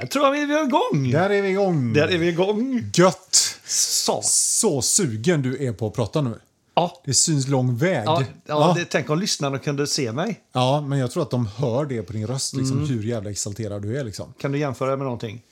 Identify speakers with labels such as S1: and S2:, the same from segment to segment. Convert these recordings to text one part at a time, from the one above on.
S1: Jag tror att vi är igång.
S2: Där är vi igång.
S1: Där är vi igång.
S2: Gött!
S1: Så.
S2: Så sugen du är på att prata nu.
S1: Ja.
S2: Det syns lång väg.
S1: Ja, ja,
S2: Ja.
S1: det, tänk om lyssnarna kunde se mig.
S2: Ja, men jag tror att de hör det på din röst, liksom,
S1: Mm.
S2: hur jävla exalterad du är. Liksom.
S1: Kan du jämföra med någonting?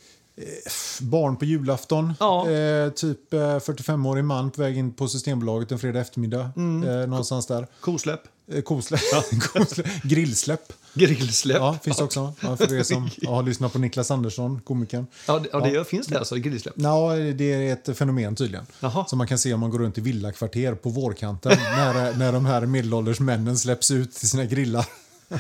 S2: Barn på julafton,
S1: Ja.
S2: eh, typ eh, 45-årig man på väg in på Systembolaget en fredag eftermiddag.
S1: Mm.
S2: Eh, någonstans där.
S1: Kosläpp?
S2: Eh, kosläpp. Kosläpp. Grillsläpp.
S1: Grillsläpp?
S2: Ja,
S1: Ja,
S2: finns det också. Ja, för er som har lyssnat på Niklas Andersson, komikern.
S1: det, ja, det gör- finns det alltså, grillsläpp?
S2: Ja, det är ett fenomen tydligen.
S1: Jaha.
S2: Som man kan se om man går runt i villakvarter på vårkanten när, när de här medelålders männen släpps ut till sina grillar.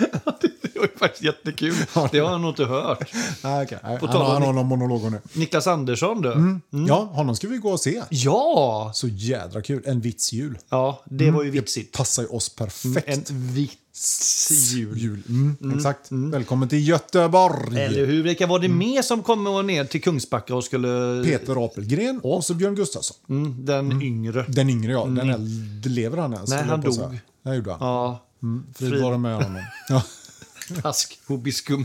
S1: Det var ju faktiskt jättekul. Det har jag nog inte hört.
S2: Ah, okay. Han
S1: tal om Mm.
S2: har han har någon monolog nu.
S1: Niklas Andersson du?
S2: Ja, honom ska vi gå och se.
S1: Ja!
S2: Så jädra kul. En vitsjul.
S1: Ja, det var ju vitsigt.
S2: Passar ju oss perfekt.
S1: Mm, En vitsjul.
S2: jul. Mm, Exakt. Välkommen till Göteborg.
S1: Eller hur? Vilka var det mer som kom och ner till Kungsbacka och skulle...
S2: Peter Apelgren och så Björn Gustafsson.
S1: Mm, den yngre.
S2: Den yngre ja. Den äldre. Lever han ens?
S1: Nej,
S2: höll
S1: han
S2: jag på att säga.
S1: dog.
S2: Det gjorde han.
S1: Ja,
S2: Frid vare med honom. Ja.
S1: Pask Hobiskum.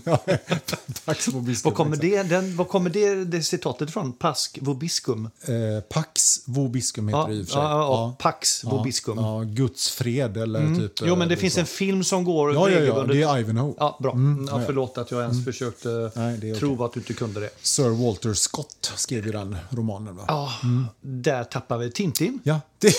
S2: Pax
S1: Var
S2: vobiscum.
S1: kommer, det, den, var kommer det, det citatet ifrån? Pask vobiscum?
S2: Eh, Pax vobiscum heter
S1: Ja,
S2: det i och
S1: ja,
S2: för sig.
S1: ja, Pax vobiscum. Mm.
S2: Ja, ja, Guds fred eller typ...
S1: Jo, men det
S2: eh,
S1: finns
S2: så.
S1: en film som går
S2: Ja, ja, ja,
S1: regelbundet.
S2: det Mm, är Ivanhoe.
S1: Ja, bra. ja, förlåt att jag ens försökte
S2: Nej, det är
S1: tro att du inte kunde det.
S2: Sir Walter Scott skrev ju den romanen. Va?
S1: Ja, Där tappar vi Tintin.
S2: Mm. Ja, det,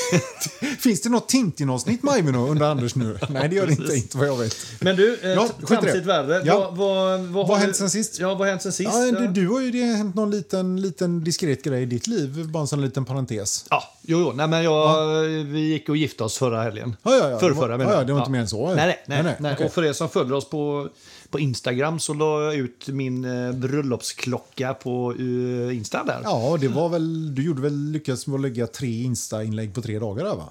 S2: finns det något Tintin-avsnitt med Ivanhoe under Anders nu? Nej, det gör det inte, inte vad jag vet.
S1: Men du, eh,
S2: Ja,
S1: t-
S2: skit i det.
S1: tramsigt värre.
S2: Ja.
S1: Vad, vad, vad, har
S2: har
S1: du-
S2: hänt sen sist?
S1: Ja, vad har hänt sen sist?
S2: Ja, du, du har ju det har hänt någon liten, liten diskret grej i ditt liv, bara en sån liten parentes.
S1: Ja, jo, jo. Nej, men jag, vi gick och gifte oss förra helgen.
S2: Ja, ja, ja.
S1: Förrförra,
S2: Det var-
S1: menar jag.
S2: ja, ja, det var inte mer än så.
S1: Nej, nej. nej,
S2: Nej, nej,
S1: nej.
S2: okej.
S1: Och för er som följer oss på, på Instagram så la jag ut min eh, bröllopsklocka på eh, Insta där.
S2: Ja, det var väl, du gjorde väl, lyckades med att lägga tre Insta-inlägg på tre dagar där va?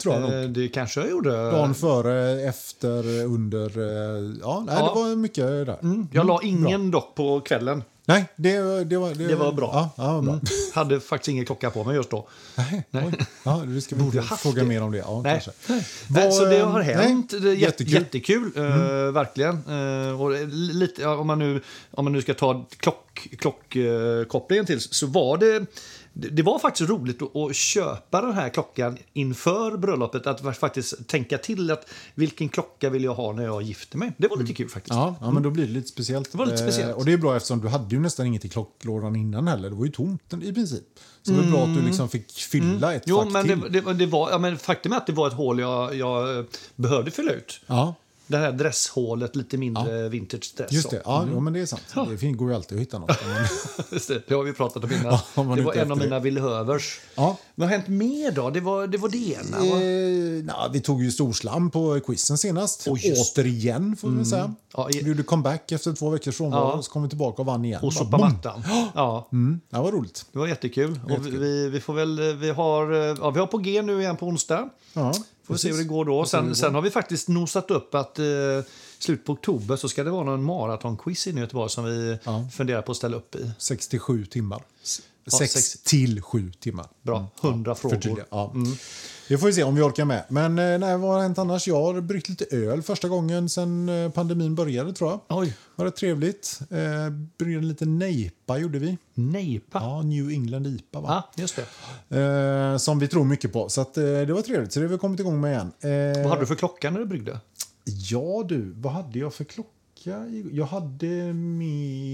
S2: Tror jag nog.
S1: Eh, det kanske jag gjorde.
S2: Dagen före, efter, under. eh, Ja, nej,
S1: Ja. Mm.
S2: det var mycket där.
S1: Jag la ingen dock på kvällen.
S2: Nej, det, det, var,
S1: Det var bra. Mm.
S2: Ja, ja, vad bra.
S1: Hade faktiskt ingen klocka på mig just då.
S2: Nej, oj. Ja, du ska
S1: Borde
S2: vi
S1: haft
S2: fråga
S1: det.
S2: mer om det. Ja,
S1: Nej.
S2: kanske.
S1: Nej,
S2: Vad,
S1: så det har
S2: eh,
S1: hänt.
S2: nej,
S1: det är jä-
S2: jättekul. Mm.
S1: jättekul. eh, verkligen. Eh, och lite, ja, om, man nu, om man nu ska ta klockkopplingen klock, eh, kopplingen till så var det det det var faktiskt roligt att- att köpa den här klockan inför bröllopet. Att va- faktiskt tänka till att vilken klocka vill jag ha när jag gifter mig. Det var
S2: Mm.
S1: lite kul faktiskt.
S2: Ja, ja, men då blir det lite speciellt. Det
S1: Mm. var lite speciellt.
S2: och det är bra eftersom du hade ju nästan inget i klocklådan innan heller. Det var ju tomt i princip. Så det var bra att du liksom fick fylla ett
S1: Mm. Jo,
S2: fack
S1: men,
S2: till.
S1: det, det, var- det var, ja, men faktum är att det var ett hål jag, jag eh, behövde fylla ut.
S2: Ja,
S1: Det här dresshålet, lite mindre vintage dress.
S2: just
S1: då.
S2: det. Ja, jo, men det är sant. Det fin- går ju alltid att hitta något. Men,
S1: Just det, det har vi pratat om innan.
S2: Ja, om man
S1: det
S2: inte
S1: var en av
S2: efter det.
S1: mina villhövers.
S2: ja.
S1: Vad har hänt mer då? Det var det, var det ena.
S2: Eh,
S1: va?
S2: na, vi tog ju storslam på quizen senast.
S1: Oh, just. Mm.
S2: Återigen, får vi väl säga.
S1: Ja, i-
S2: Vi gjorde comeback efter två veckors frånvaro,
S1: Ja.
S2: och så kom vi tillbaka och vann igen.
S1: Och
S2: Bara
S1: sopa
S2: boom!
S1: mattan. Ja,
S2: Mm, det var roligt.
S1: det var jättekul. Och vi- vi, vi, får väl, vi, har, eh, ja, vi har på G nu igen på onsdag.
S2: Ja,
S1: Får vi se hur
S2: precis.
S1: det går då. Sen, sen har vi faktiskt nosat upp att eh, slut på oktober så ska det vara någon maratonquiz inne i Göteborg som vi funderar på att ställa upp i.
S2: 67 timmar.
S1: ja,
S2: 6
S1: sex-
S2: till 7 timmar.
S1: Bra, 100 frågor. Mm.
S2: Förtydliga. Mm. Ja. Det får vi se om vi orkar med. Men eh, nej, vad har hänt annars? Jag har bryggt lite öl första gången sedan eh, pandemin började tror jag.
S1: Oj,
S2: Var det trevligt? Eh, bryggde lite nejpa gjorde vi.
S1: nejpa. Ja.
S2: Ja, New England IPA va?
S1: just det.
S2: Eh, som vi tror mycket på. Så att, eh, det var trevligt. Så det har vi kommit igång med igen. Eh,
S1: Vad hade du för klocka när du bryggde?
S2: Ja du, vad hade jag för klocka? i- Jag hade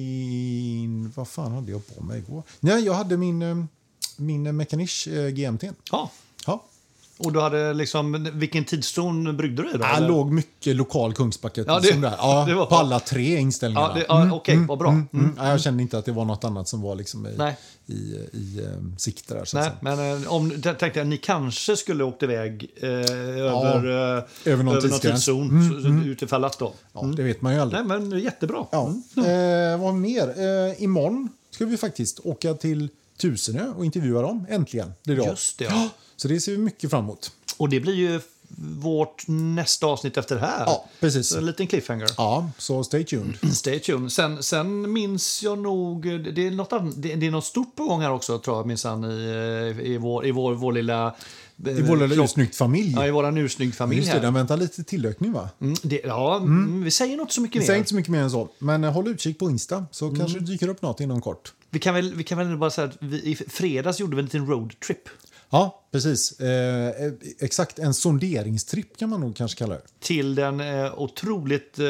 S2: min... Vad fan hade jag på mig igår? Nej, jag hade min, eh, min eh, Mechanisch eh, GMT.
S1: Ja.
S2: Ja.
S1: Och du hade liksom, vilken tidszon bryggde du i då?
S2: Det
S1: eller?
S2: låg mycket lokal Kungsbacka.
S1: Ja,
S2: Ja,
S1: det-
S2: där. Ja,
S1: det var-
S2: På alla tre inställningarna.
S1: Ja, det, ja, okej, vad bra.
S2: Mm, mm. Nej, jag kände inte att det var något annat som var liksom i,
S1: Nej.
S2: i, i eh, sikte där. Så att
S1: Nej,
S2: säga.
S1: men eh, om, där tänkte jag, ni kanske skulle åkt iväg eh, över, eh,
S2: över någon tidsgräns. Mm,
S1: tidszon, så, så, utifall att då.
S2: Ja, Det vet man ju aldrig.
S1: Nej, men jättebra.
S2: Ja.
S1: Mm.
S2: Eh, vad mer? Eh, imorgon ska vi faktiskt åka till Tusenö och intervjua dem. Äntligen. blir Det är
S1: Just det, ja.
S2: Så det ser vi mycket fram emot.
S1: Och det blir ju vårt nästa avsnitt efter det här.
S2: Ja, precis.
S1: Så Mm. en liten cliffhanger.
S2: Ja, så stay tuned.
S1: Stay tuned. Sen, sen minns jag nog... Det är, något ann- det, det är något stort på gång här också, tror jag, minsann, i, eh, i, vår, i vår, vår lilla... eh,
S2: I vår lilla ursnyggt familj.
S1: Ja, i våran ursnygg familj
S2: Just det,
S1: här.
S2: den väntar lite tillökning va?
S1: Mm, det, ja, mm. vi säger nog inte så mycket
S2: Vi
S1: mer.
S2: säger inte så mycket mer än så. Men eh, håll utkik på Insta så
S1: Mm.
S2: kanske det dyker upp något inom kort.
S1: Vi kan väl, vi kan väl bara säga att vi, i fredags gjorde vi en liten roadtrip
S2: Ja, precis. Eh, eh, exakt, en sonderingstripp kan man nog kanske kalla det.
S1: till den eh, otroligt eh,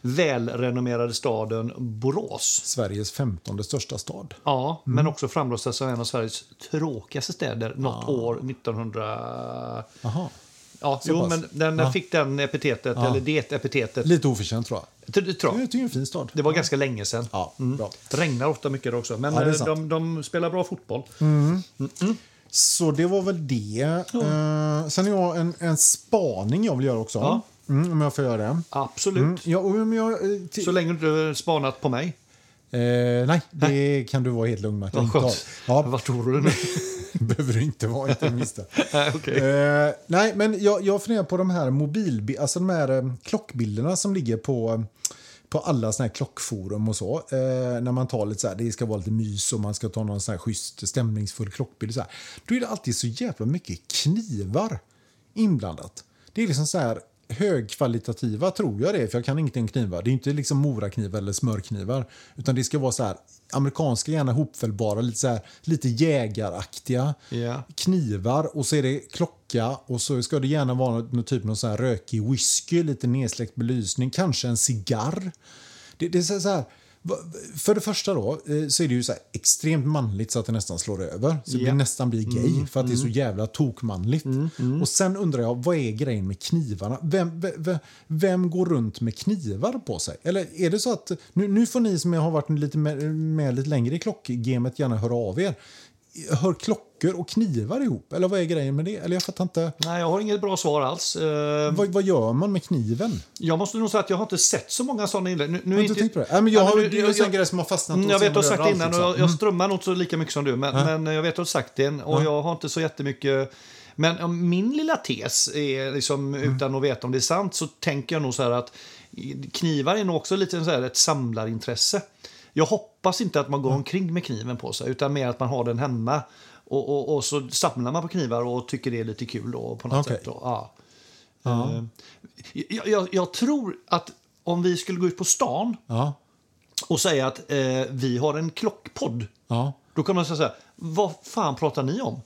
S1: välrenommerade staden Borås.
S2: Sveriges femtonde största stad.
S1: Ja,
S2: Mm.
S1: men också framröstad som en av Sveriges tråkigaste städer något
S2: Ah.
S1: år 1900...
S2: Aha.
S1: Ja, jo,
S2: pass.
S1: men den
S2: Ja. Ah.
S1: fick den epitetet, eller det epitetet.
S2: Lite oförtjänt tror jag.
S1: Det, det, tror
S2: Jag
S1: jag.
S2: tycker det är en fin stad.
S1: det var Mm. ganska länge sedan.
S2: Ja, bra.
S1: Det regnar ofta mycket där också, men
S2: Ah. Ja, det är
S1: eh, de,
S2: sant. Mm.
S1: de spelar bra fotboll.
S2: Så det var väl det. Eh, sen har jag en, en spaning jag vill göra också.
S1: Ja.
S2: Mm, om jag får göra det.
S1: Absolut.
S2: Mm, ja, och om jag, eh, till-
S1: Så länge du inte har spanat på mig.
S2: eh, nej, det kan du vara helt lugn med. att jag
S1: Vad
S2: inte har.
S1: skönt.
S2: Ja,
S1: Vart orolig nu.
S2: behöver du inte vara, inte minsta.
S1: Nej, okej.
S2: Eh, nej, men jag, jag funderar på de här mobil, alltså de här eh, klockbilderna som ligger på eh, på alla såna här klockforum och så. Eh, när man tar lite så här, det ska vara lite mys och man ska ta någon sån här schysst stämningsfull klockbild. Så här. Då är det alltid så jävla mycket knivar inblandat. Det är liksom så här högkvalitativa tror jag det är, för jag kan ingenting om knivar. Det är inte liksom moraknivar eller smörknivar. Utan det ska vara så här amerikanska, gärna hopfällbara, lite, så här, lite jägaraktiga
S1: Ja.
S2: knivar och så är det klocka och så ska det gärna vara någon, någon typ av så här rökig whisky, lite nedsläckt belysning, kanske en cigarr. Det, det är så så här, va- för det första då eh, så är det ju så här extremt manligt så att det nästan slår över. Så
S1: Ja. Mm,
S2: det nästan blir gay för att det är så jävla tokmanligt. Och sen undrar jag, vad är grejen med knivarna? Vem, ve- ve- vem går runt med knivar på sig? Eller är det så att, nu, nu får ni som har varit lite med, med lite längre i klockgemet gärna höra av er hör klockor och knivar ihop? Eller vad är grejen med det? Eller jag fattar inte.
S1: Nej, jag har inget bra svar alls. Eh,
S2: Vad, vad gör man med kniven?
S1: Jag måste nog säga att jag har inte sett så många sådana inlägg. Nu, nu
S2: Har
S1: är
S2: du inte tänkt på det? Nej,
S1: Ja,
S2: men jag har
S1: nu-
S2: det är ju en sån grej som har fastnat
S1: Mm,
S2: hos
S1: jag vet
S2: en
S1: du har sagt det
S2: överallt,
S1: innan och
S2: liksom.
S1: jag, jag strömmar nog inte så lika mycket som du. Men, men jag vet att du har sagt det och jag har inte så jättemycket... eh, Men om min lilla tes, är liksom, utan att veta om det är sant, så tänker jag nog så här att knivar är nog också lite så här ett samlarintresse. Jag hoppas inte att man går omkring med kniven på sig utan mer att man har den hemma. Och, och, och så samlar man på knivar och tycker det är lite kul då på något
S2: Okej.
S1: sätt. Då. Ja. Eh, Jag, jag, jag tror att om vi skulle gå ut på stan
S2: Mm. Ja,
S1: och säga att eh, vi har en klockpodd.
S2: ja.
S1: Då kan man säga så här, vad fan pratar ni om?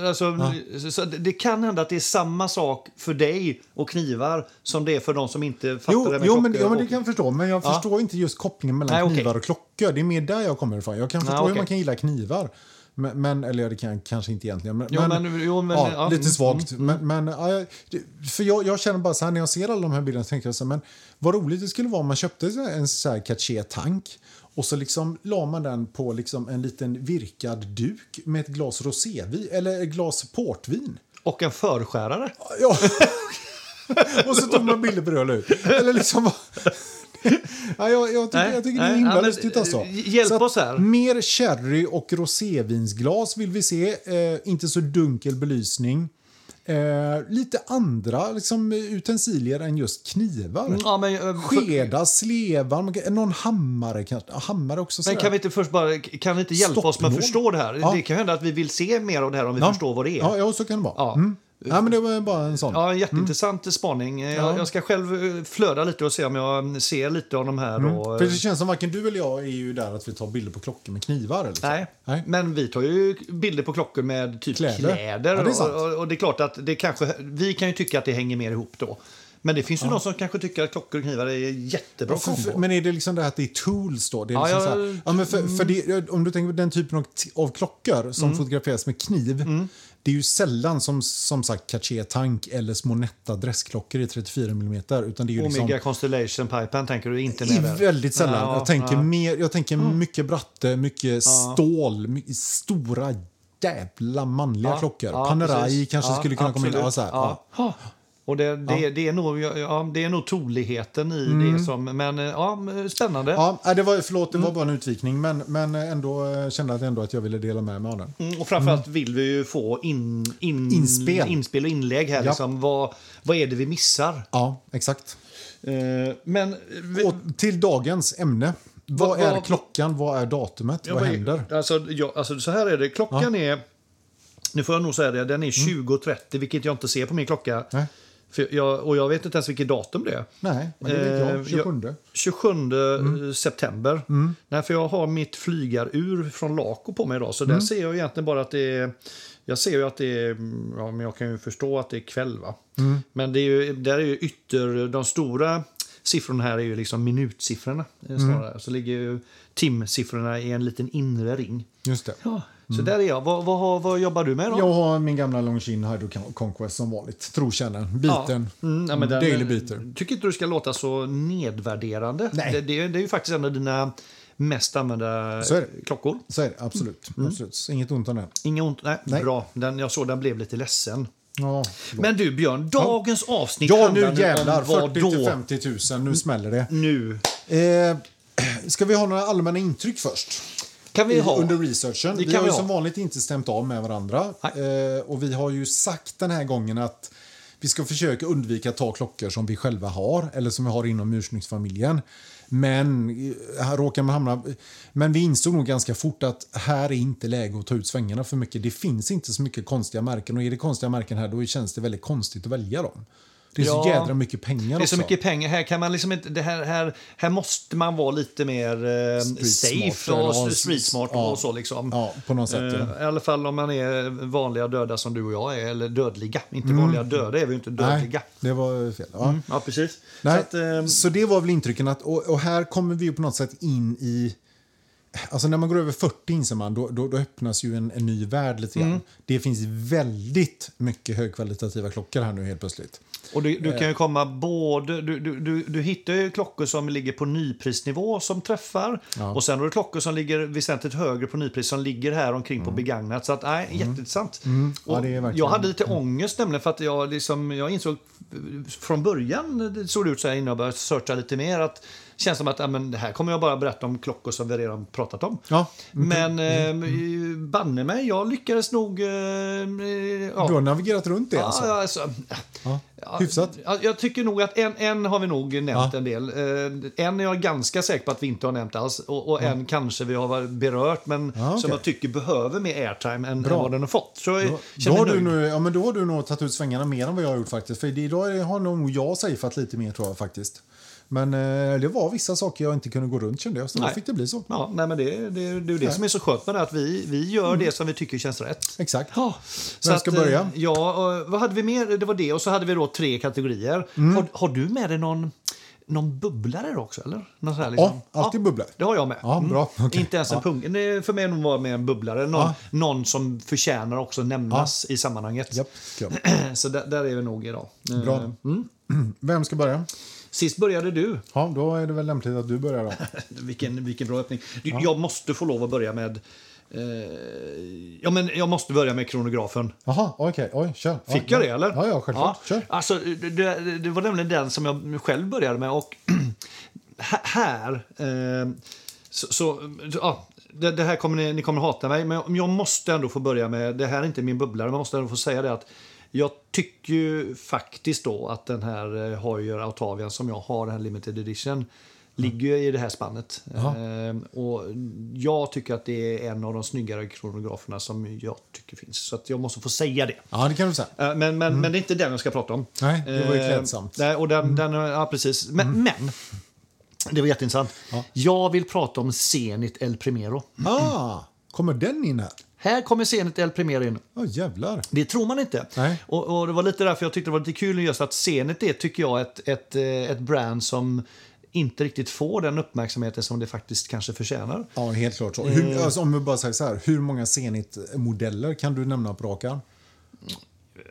S1: Alltså, så, så det- det kan hända att det är samma sak för dig och knivar som det är för de som inte fattar det
S2: Jo,
S1: med
S2: jo men,
S1: klockor
S2: jo, men det
S1: och-
S2: kan jag förstå. Men jag
S1: Ja.
S2: förstår inte just kopplingen mellan
S1: Nej, okej.
S2: knivar och klockor. Det är mer där jag kommer ifrån. Jag kan förstå
S1: okej.
S2: hur man kan gilla knivar. Men, men, eller ja, det kan jag kanske inte egentligen. Men,
S1: Jo, men- jo, men-
S2: ja,
S1: ja,
S2: lite
S1: mm,
S2: svagt. Men, men, ja, jag- för jag, jag känner bara så här, när jag ser alla de här bilderna så tänker jag så här, men vad roligt det skulle vara om man köpte så här- en så här Cartier-tank och så liksom la man den på liksom en liten virkad duk med ett glas rosévin, eller ett glas portvin.
S1: Och en förskärare.
S2: Ja. och så tog man bilder på det och la ut. Eller liksom bara... Ja, jag, jag tycker,
S1: Nej,
S2: jag tycker det
S1: nej,
S2: är himla
S1: ja, men,
S2: lustigt. Alltså.
S1: eh, hjälp
S2: Så att
S1: oss här.
S2: Mer sherry och rosévinsglas vill vi se. Eh, inte så dunkel belysning. Eh, lite andra liksom, utensilier än just knivar.
S1: Ja, men, eh, för-
S2: Skedar, slevar, man kan- någon hammare kanske. Ja, Hammare också.
S1: men
S2: sådär.
S1: kan vi inte först bara, kan vi inte hjälpa oss med att
S2: Stoppnål.
S1: förstå det här?
S2: Ja.
S1: Det kan hända att vi vill se mer av det här om vi förstår vad det är.
S2: Ja, Mm. ja, så kan det vara.
S1: Ja.
S2: Mm. Ja, men det var bara en sån.
S1: Ja, en jätteintressant spaning. Eh, Jag, jag ska själv eh, flöda lite och se om jag ser lite av de här. Och, eh,
S2: Mm. För det känns som varken du eller jag är ju där att vi tar bilder på klockor med knivar. Liksom.
S1: Nej.
S2: Nej.
S1: men vi tar ju bilder på klockor med typ
S2: Kläder.
S1: kläder.
S2: Ja, det är sant.
S1: och, och, och det är klart att det kanske, vi kan ju tycka att det hänger mer ihop då. Men det finns ju någon som kanske tycker att klockor och knivar är jättebra
S2: För- för-
S1: kombo.
S2: Men är det liksom det här att det är tools då? Det är
S1: Ja,
S2: liksom
S1: jag-
S2: så här, ja, men för, för det, om du tänker på den typen av, t- av klockor
S1: Mm.
S2: som fotograferas med kniv. Det är ju sällan som, som sagt Cartier Tank eller små nätta dressklockor i 34 mm. Utan det är ju liksom,
S1: Omega Constellation Pipan tänker du inte
S2: i
S1: ner där?
S2: väldigt sällan.
S1: Ja,
S2: jag tänker,
S1: ja. Mm.
S2: mer, jag tänker mycket bratte, mycket stål, my, stora jävla manliga
S1: Ja,
S2: klockor.
S1: ja,
S2: Panerai
S1: precis.
S2: kanske
S1: Ja,
S2: skulle kunna komma in.
S1: absolut.
S2: Ja, så här, ja.
S1: Ja. Och det, det, det, är nog, ja, det är nog troligheten i det som... Men eh, ja, spännande.
S2: Ja, nej, det var, förlåt, det var bara en utvikning, men, men ändå eh, kände jag ändå att jag ville dela med mig av den.
S1: Mm, och framförallt vill vi ju få in, in,
S2: Inspel.
S1: inspel och inlägg här.
S2: Ja.
S1: Liksom. Vad, vad är det vi missar?
S2: Ja, exakt.
S1: Eh, men... vi-
S2: Och till dagens ämne. Vad,
S1: Vad-
S2: är
S1: vad-
S2: klockan? Vad är datumet?
S1: Ja,
S2: vad
S1: vad är-
S2: händer?
S1: Alltså, ja, alltså, så här är det. Klockan är... Nu får jag nog säga det. Den är 20.30, vilket jag inte ser på min klocka.
S2: Nej.
S1: För jag, och jag vet inte ens vilket datum det är.
S2: Nej, men det vet
S1: Eh,
S2: jag. 27.
S1: 27 eh, september. Nej, för jag har mitt flygarur från Laco på mig idag. Så där ser jag egentligen bara att det är... Jag ser ju att det är... Ja, men jag kan ju förstå att det är kväll, va? Men det är ju, där är ju ytter... De stora siffrorna här är ju liksom minutsiffrorna. eh, Snarare. Så ligger ju timsiffrorna i en liten inre ring.
S2: Just det.
S1: Ja, så där är jag. Vad, vad, har- vad jobbar du med då?
S2: Jag har min gamla Longshin Hydro Conquest som vanligt. Trotjänaren, biten,
S1: Ja. Mm, ja, men den,
S2: daily beater.
S1: Tycker inte du ska låta så nedvärderande.
S2: Nej.
S1: Det, det, är- det är ju faktiskt en av dina mest använda
S2: Så är det.
S1: klockor.
S2: Så är det, absolut.
S1: Mm.
S2: absolut. Så Inget ont om den.
S1: Inga ont. Nej,
S2: Nej.
S1: Bra. Den, jag såg den blev lite ledsen.
S2: Ja,
S1: Men du Björn, dagens avsnitt
S2: ja
S1: handlar
S2: nu jävlar.
S1: om vad
S2: 40 till
S1: då?
S2: 50 000, nu smäller det.
S1: Nu
S2: Eh, ska vi ha några allmänna intryck först?
S1: kan vi
S2: i-
S1: ha...
S2: under researchen.
S1: Det
S2: vi
S1: kan
S2: har
S1: vi
S2: ju
S1: ha.
S2: som vanligt inte stämt av med varandra. Eh, och vi har ju sagt den här gången att vi ska försöka undvika att ta klockor som vi själva har eller som vi har inom ursnyggsfamiljen. Men, eh, här råkar man hamna, men vi insåg nog ganska fort att här är inte läge att ta ut svängarna för mycket. Det finns inte så mycket konstiga märken och är det konstiga märken här då känns det väldigt konstigt att välja dem. Det är så
S1: Ja.
S2: jädra mycket pengar
S1: Det är så
S2: också.
S1: mycket pengar. Här, kan man liksom inte, det här, här, här måste man vara lite mer eh,
S2: Street
S1: safe
S2: smart, eller-
S1: och streetsmart
S2: ja.
S1: och så. Liksom.
S2: Ja, på något sätt,
S1: Eh, I alla fall om man är vanliga döda som du och jag är, eller dödliga. Inte vanliga döda är vi ju inte, dödliga.
S2: Mm. Nej, det var fel. Ja.
S1: Ja, precis.
S2: Nej,
S1: Så
S2: så,
S1: att, eh,
S2: det var väl intrycken. Att, och, och här kommer vi ju på något sätt in i... Alltså när man går över 40 inser man, då, då, då öppnas ju en, en ny värld lite grann.
S1: Mm.
S2: Det finns väldigt mycket högkvalitativa klockor här nu helt plötsligt.
S1: och du, du kan
S2: Eh.
S1: ju komma både... Du, du, du, du hittar ju klockor som ligger på nyprisnivå som träffar.
S2: Ja.
S1: Och sen har du klockor som ligger väsentligt högre på nypris som ligger här omkring på begagnat. Så att, nej, jätteintressant.
S2: Mm. Ja,
S1: Och
S2: det är verkligen- Mm.
S1: jag hade lite ångest nämligen för att jag, liksom, jag insåg från början, det såg det ut så här innan jag började searcha lite mer, att det känns som att ja, men det här kommer jag bara berätta om klockor som vi redan pratat om.
S2: Ja,
S1: Men
S2: Mm.
S1: eh, banne mig, jag lyckades nog... Eh, ja,
S2: Du har navigerat runt det
S1: Ja,
S2: alltså?
S1: ja, alltså.
S2: Ja.
S1: Ja,
S2: Hyfsat.
S1: ja, Jag tycker nog att en, en har vi nog nämnt
S2: Ja.
S1: en del. Eh, En är jag ganska säker på att vi inte har nämnt alls. Och, och en kanske vi har varit berört, men
S2: Ja, okej.
S1: som jag tycker behöver mer airtime än, än
S2: Bra.
S1: vad den har fått. Så jag
S2: Då, då,
S1: känner
S2: har
S1: mig
S2: du
S1: nöjd.
S2: nu, ja, men då har du nog tagit ut svängarna mer än vad jag har gjort faktiskt. För det, idag är- har nog jag safeat lite mer tror jag faktiskt. Men eh, det var vissa saker jag inte kunde gå runt kände jag, så
S1: Nej.
S2: då fick det bli så.
S1: Ja, nej, men det, det, det är ju det
S2: Nej.
S1: som är så skönt med det, att vi, vi
S2: Mm.
S1: gör det som vi tycker känns rätt.
S2: Exakt.
S1: Ja, så
S2: Vem ska
S1: att, eh,
S2: börja?
S1: Ja, eh, vad hade vi mer? Det var det och så hade vi då tre kategorier.
S2: Mm.
S1: Har, har du med dig någon, någon bubblare då också? Eller? Någon sån här, liksom?
S2: Ja, alltid bubblare.
S1: Det har jag med. Mm.
S2: Ja, bra. Okej.
S1: Inte ens en pung. Nej, För mig nog var det mer en bubblare. Någon, någon som förtjänar också nämnas i sammanhanget.
S2: Japp, japp.
S1: Så där, där är vi nog idag. Eh,
S2: Bra. Vem ska börja?
S1: Sist började du.
S2: Ja, då är det väl lämpligt att du börjar då.
S1: Vilken, vilken bra öppning. Du, Jag måste få lov att börja med... Eh, ja, men jag måste börja med kronografen.
S2: Jaha, okej. Oj, kör. Ja,
S1: Fick jag det
S2: ja.
S1: eller?
S2: Ja, ja självklart. Kör.
S1: Alltså, det- det, det var nämligen den som jag själv började med. Och hä- här... Eh, så, så, ja, det, det här kommer ni, ni kommer hata mig, men jag- jag måste ändå få börja med... Det här är inte min bubblare, men jag måste ändå få säga det att jag tycker ju faktiskt då att den här eh, Hoyer Autavian som jag har, den här limited edition,
S2: Mm.
S1: ligger ju i det här spannet.
S2: Jaha.
S1: Ehm, och jag tycker att det är en av de snyggare kronograferna som jag tycker finns. Så att jag måste få säga det.
S2: Ja, det kan du säga.
S1: Eh, Men, men, men det är inte den jag ska prata om.
S2: Mm. Nej, det var ju
S1: Eh,
S2: klädsamt. Mm.
S1: nej, och den, den, eh, ja, precis. Men, men det var jätteintressant. Jag vill prata om Zenit El Primero.
S2: Ah, kommer den in här?
S1: Här kommer Zenit El Primero in.
S2: Ja, jävlar.
S1: Det tror man inte.
S2: Nej.
S1: Och, och Det var lite därför jag tyckte det var lite kul just att Zenit är, tycker jag, ett, ett, eh, ett brand som inte riktigt får den uppmärksamheten som det faktiskt kanske förtjänar.
S2: Ja, helt klart så. Hur, alltså, om vi bara säger så här, hur många Zenit-modeller kan du nämna på rak arm?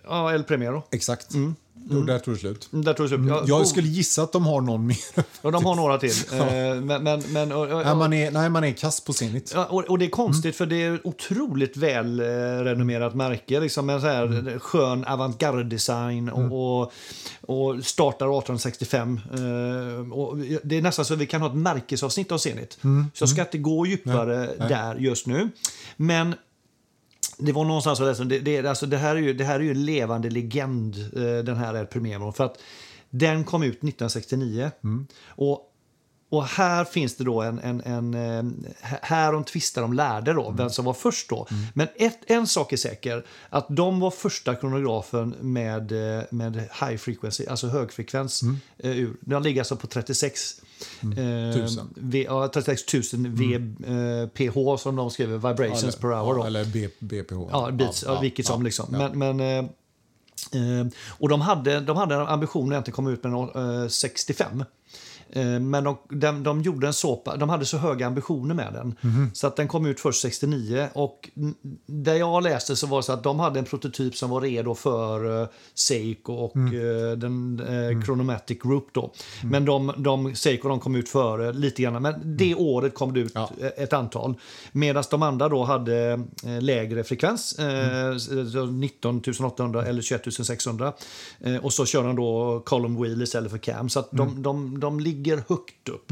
S1: Ja, El Primero.
S2: Exakt. Mm. Jo, där tog det slut.
S1: Där tog det slut. Ja,
S2: Mm, Jag skulle gissa att de har någon mer.
S1: ja, de har några till. Eh, Men, men, men, och- och-
S2: Nej, man är, nej, man är kass på Zenit.
S1: Ja, och, och det är konstigt för det är ett otroligt väl eh, renommerat märke. Liksom med så här skön avantgarde-design och, och, och startar 1865. Eh, och det är nästan så att vi kan ha ett märkesavsnitt av Zenit. Så jag ska inte gå djupare där just nu. Men det var någonstans jag läste, det, det, är- alltså, det, här är ju, det här är ju en levande legend, eh, den här El Primero. För att den kom ut 1969.
S2: Mm.
S1: Och, och här finns det då en... en, en eh, här de tvistar de lärde då,
S2: Mm.
S1: vem som var först då. Men ett, en sak är säker, att de var första kronografen med, eh, med high frequency, alltså högfrekvens.
S2: Mm.
S1: eh, ur. Den ligger alltså på 36 eh,
S2: Tusen. Mm.
S1: V, ja, 36 000 VPH eh, som de skriver, vibrations per hour. Då.
S2: ja, eller B, BPH.
S1: Ja, beats, ja, vilket som.
S2: ja,
S1: liksom.
S2: ja.
S1: Men, men, eh, eh, och de hade, de hade en ambition att egentligen komma ut med en, eh, 65. Eh, Men de, de, de gjorde en såpa, de hade så höga ambitioner med den.
S2: Mhm.
S1: Så att den kom ut först 69 och mm, där jag läste så var det så att de hade en prototyp som var redo för eh, Seiko och
S2: Mm.
S1: eh, den eh, Chronomatic Group då. Men de, de, Seiko de kom ut före lite grann. Men det
S2: Mm.
S1: året kom det ut
S2: Ja.
S1: eh, ett antal. Medan de andra då hade eh, lägre frekvens. eh, så 19 800 eller 21 600. Eh, Och så kör de då column wheel istället för cam. Så att de, de, de ligger högt upp.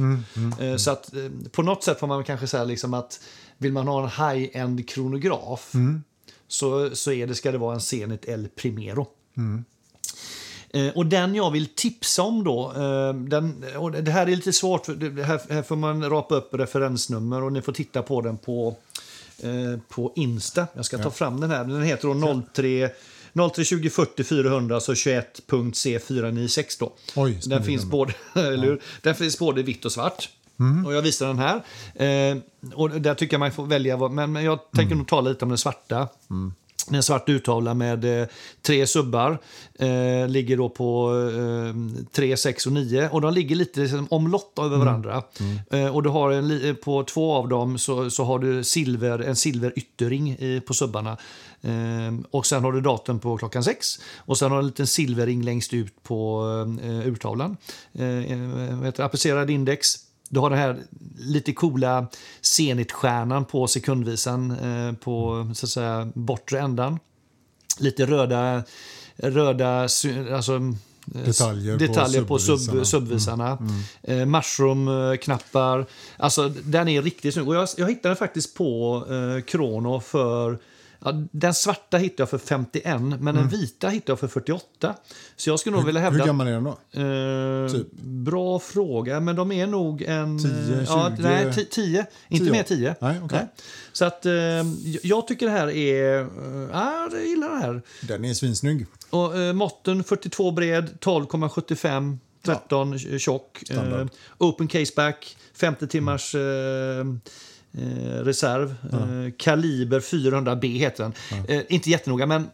S1: Eh, Så att eh, på något sätt får man kanske säga liksom att vill man ha en high-end kronograf så, så är det, ska det vara en Zenit El Primero. Eh, Och den jag vill tipsa om då, eh, den, och det här är lite svårt, för det här, här får man rapa upp referensnummer och ni får titta på den på, eh, på Insta. Jag ska ta fram den här, den heter då 03 03 20 40 400 så 21.c496 då.
S2: Oj,
S1: den
S2: snyggt
S1: finns
S2: nummer.
S1: både, eller hur? Den finns både vitt och svart. Och jag visar den här. Eh, och där tycker jag man får välja, vad, men men jag tänker nog tala lite om den svarta. Det är En svart urtavla med eh, tre subbar. Eh, ligger då på eh, 3, 6 och 9. Och de ligger lite liksom omlott över varandra. Eh, och du har en, li- på två av dem så, så har du silver, en silver ytterring i, på subbarna. Eh, och sen har du datum på klockan 6. Och sen har du en liten silverring längst ut på eh, urtavlan. Eh, eh, vad heter det? Applicerad index. Du har den här lite coola Zenit-stjärnan på sekundvisan eh, på så att säga, bortre ändan. Lite röda, röda sy- alltså, eh,
S2: Detaljer på
S1: detaljer på, sub,
S2: subvisarna.
S1: subvisarna.
S2: Mm,
S1: Eh, Mushroom-knappar. Alltså, den är riktigt snygg. Och jag, jag hittade den faktiskt på eh, Krono för Ja, den svarta hittade jag för 51, men den vita hittade jag för 48. Så jag skulle nog vilja hävda
S2: Mm. Hur
S1: att
S2: gammal är den då?
S1: Eh,
S2: Typ.
S1: Bra fråga, men de är nog en... eh,
S2: 10,
S1: ja,
S2: 20?
S1: nej, ti- 10. Inte
S2: 10.
S1: mer 10.
S2: Nej, okej.
S1: Så att eh, jag- jag tycker det här är... eh, Ja, jag gillar det här.
S2: Den är svinsnygg.
S1: Och, eh, måtten 42 bred, 12,75, 13 tjock. Eh,
S2: Standard.
S1: open caseback, 50 timmars eh, eh, reserv. Eh, kaliber 400B heter den. Eh, inte jättenoga, men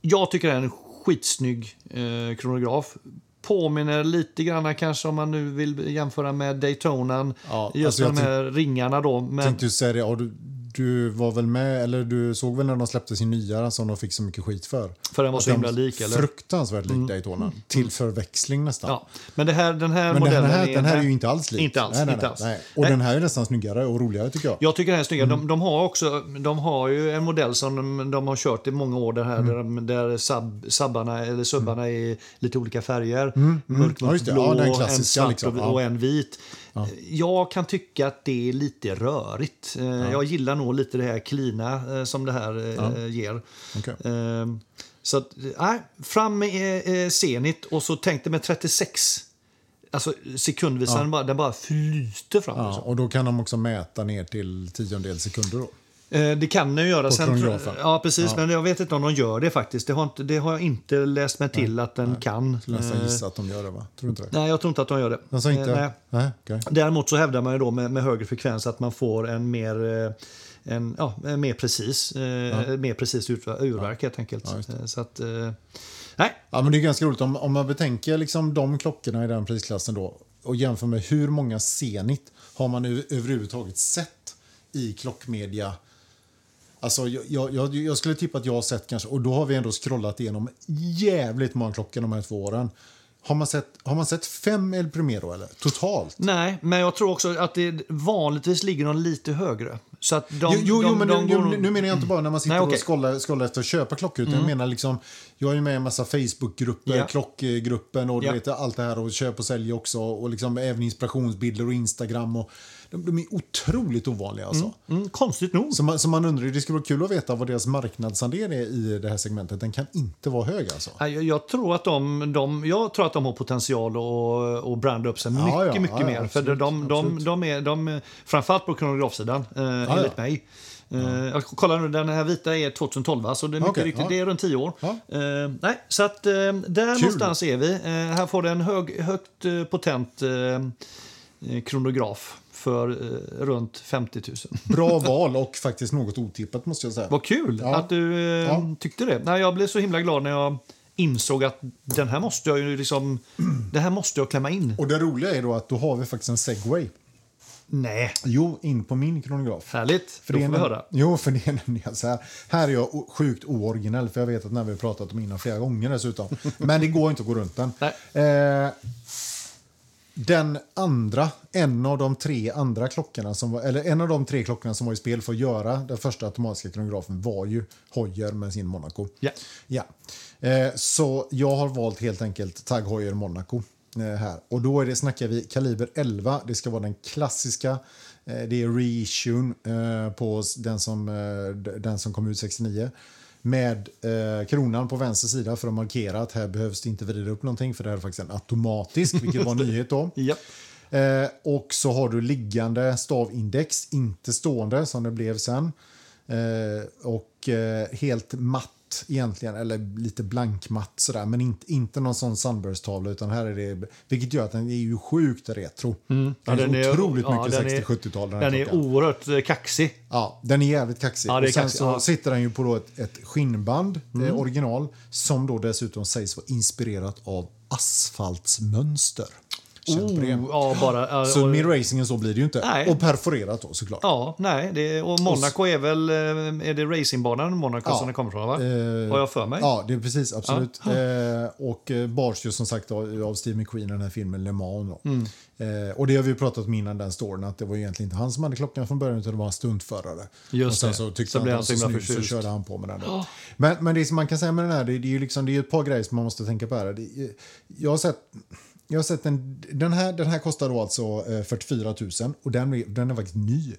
S1: jag tycker det är en skitsnygg eh, kronograf. Påminner lite grann kanske om man nu vill jämföra med Daytonan.
S2: Ja,
S1: just
S2: alltså jag
S1: med de här ringarna då. Men,
S2: Tänkte ju säga det, ja, du, du var väl med, eller du såg väl när de släppte sin nya som de fick så mycket skit för?
S1: för den var
S2: Att
S1: så himla lik. Eller? Mm.
S2: Fruktansvärt lik Daytona. Till förväxling nästan.
S1: Ja. Men det här, den här
S2: Men den
S1: modellen
S2: här,
S1: är,
S2: den här är ju inte alls lik.
S1: Inte alls,
S2: Nej, nej,
S1: inte
S2: nej,
S1: alls.
S2: Nej. Och
S1: Nej.
S2: den här är nästan snyggare och roligare tycker jag.
S1: Jag tycker den här är snyggare.
S2: Mm.
S1: De, de, har också, de har ju en modell som de, de har kört i många år där, här, där,
S2: Mm.
S1: de- där sub, subbarna, eller subbarna är i lite olika färger. Mörk
S2: Mm. Ja,
S1: mot
S2: just det.
S1: blå,
S2: Ja, den
S1: en
S2: klassiska
S1: svart
S2: liksom.
S1: och, och
S2: Ja.
S1: en vit. Jag kan tycka att det är lite rörigt. Eh, Jag gillar nog lite det här klina eh, som det här eh, ger.
S2: Okej.
S1: Ehm, Så att, nej, fram med eh, eh, Zenit och så tänkte med 36. Alltså sekundvisaren, bara, den bara flyter fram.
S2: Ja, och då kan de också mäta ner till tiondel sekunder då.
S1: Eh, Det kan den ju göra. Sen,
S2: kronografen.
S1: ja, precis. Men jag vet inte om de gör det faktiskt. Det har, inte, det har jag inte läst mig till att den kan.
S2: Skulle nästan
S1: Eh,
S2: gissa att de gör det va? Tror du inte det?
S1: Nej, jag tror inte att de gör det.
S2: Alltså inte?
S1: Eh, nej.
S2: Nej, okej.
S1: Däremot så hävdar man ju då med, med högre frekvens att man får en mer, eh, en, ja, en mer precis, eh, mer precis urva- urverk helt enkelt. Eh, så att, eh, nej,
S2: Ja, men det är ganska roligt om, om man betänker liksom de klockorna i den prisklassen då och jämför med hur många Zenit har man över- överhuvudtaget sett i klockmedia. Alltså, jag- jag, jag, jag skulle tippa att jag har sett kanske, och då har vi ändå scrollat igenom jävligt många klockor de här två åren. Har man sett, har man sett fem El Primero eller? Totalt?
S1: Nej, men jag tror också att det vanligtvis ligger de lite högre. Så att de,
S2: Jo, jo,
S1: de,
S2: jo men
S1: de
S2: nu,
S1: går
S2: nu, nu menar jag inte bara när man sitter
S1: Nej, okej. Mm.
S2: och scrollar, scrollar efter att köpa klockor. Utan jag menar liksom, jag är ju med i en massa Facebookgrupper,
S1: Ja.
S2: klockgruppen och du
S1: Ja.
S2: vet, allt det här och köp och sälj också. Och liksom även inspirationsbilder och Instagram. Och, de, de är otroligt ovanliga alltså.
S1: mm, Konstigt nog.
S2: Så, man, så man undrar, ju, det skulle vara kul att veta vad deras marknadsandel är i det här segmentet. Den kan inte vara hög alltså.
S1: Nej, Jag, jag, tror att de, de, jag tror att de har potential att att branda upp sig
S2: Ja,
S1: mycket,
S2: ja,
S1: mycket
S2: ja,
S1: mer. För
S2: absolut,
S1: de, de,
S2: absolut.
S1: de är, de, framförallt på kronografsidan, eh, enligt
S2: ja.
S1: mig. Eh, Jag kollar nu, den här vita är 2012, va? så det är mycket
S2: Okej,
S1: riktigt,
S2: ja.
S1: det är runt 10 år.
S2: Ja.
S1: Eh, nej, så att eh, där någonstans är vi. Eh, här får du en hög, högt eh, potent eh, eh, kronograf för eh, runt 50 000.
S2: Bra val och faktiskt något otippat måste jag säga.
S1: Vad kul
S2: Ja.
S1: att du eh,
S2: Ja.
S1: tyckte det. Nej, jag blev så himla glad när jag insåg att den här måste jag ju liksom, det här måste jag klämma in.
S2: Och det roliga är då att då har vi faktiskt en segway.
S1: Nej,
S2: Jo, in på min kronograf.
S1: härligt. Då får vi
S2: det är näm-
S1: höra.
S2: Jo, för det är nämligen så här. Här är jag o- sjukt ooriginell, för jag vet att när vi har pratat om innan flera gånger dessutom. Men det går inte att gå runt den. Eh, den andra, en av de tre andra klockorna som var, eller en av de tre klockorna som var i spel för att göra den första automatiska kronografen var ju Hoyer med sin Monaco.
S1: Ja.
S2: Ja. Eh, så jag har valt helt enkelt Tag Heuer Monaco. eh, Här. Och då är det, snackar vi kaliber 11. Det ska vara den klassiska. eh, Det är reissuen eh, på s- den som, eh, d- den som kom ut 69. Med eh, kronan på vänster sida för att markera att här behövs det inte vrida upp någonting för det här är faktiskt en automatisk, vilket var en nyhet då.
S1: Ja.
S2: Eh, och så har du liggande stavindex, inte stående som det blev sen. Eh, och eh, helt matt egentligen, eller lite blankmatt sådär. Men inte, inte någon sån Sunburst-tavla utan här är det, vilket gör att den är ju sjukt retro.
S1: Mm. Ja,
S2: den är otroligt
S1: ja, den är-
S2: mycket 60-70-tal den här
S1: Den är
S2: klockan.
S1: oerhört eh, kaxig.
S2: Ja, den är jävligt kaxig.
S1: Ja, det är
S2: och sen
S1: kaxig,
S2: så
S1: ja. Mm.
S2: sitter den ju på då ett, ett skinnband, eh, original, som då dessutom sägs vara inspirerat av asfaltsmönster. Känt på det.
S1: Oh, ja, bara, ja,
S2: Så
S1: och-
S2: mer racingen så blir det ju inte.
S1: Nej.
S2: Och perforerat då såklart.
S1: Ja, nej, det, och Monaco är väl, eh, är det racingbanan Monaco
S2: Ja.
S1: som den kommer från? Va?
S2: Eh,
S1: Har jag för mig?
S2: Ja, det är precis. Absolut. Eh, och eh, bars ju som sagt av av Steve McQueen i den här filmen Le Mans. Då.
S1: Mm.
S2: Eh, och det har vi ju pratat om innan den storyn, att det var ju egentligen inte han som hade klockan från början utan det var en stuntförare.
S1: Just
S2: och sen
S1: det.
S2: så tyckte
S1: Så
S2: han
S1: blev
S2: att
S1: han så
S2: den var
S1: himla
S2: snygg, så
S1: förtjust.
S2: körde han på med den. Då. Men, men det som man kan säga med den här, det, det är ju liksom, det är ju ett par grejer som man måste tänka på här. Det, är- jag har sett jag har sett en, den, här, den här kostar då alltså eh, 44 000 och den, är- den är faktiskt ny.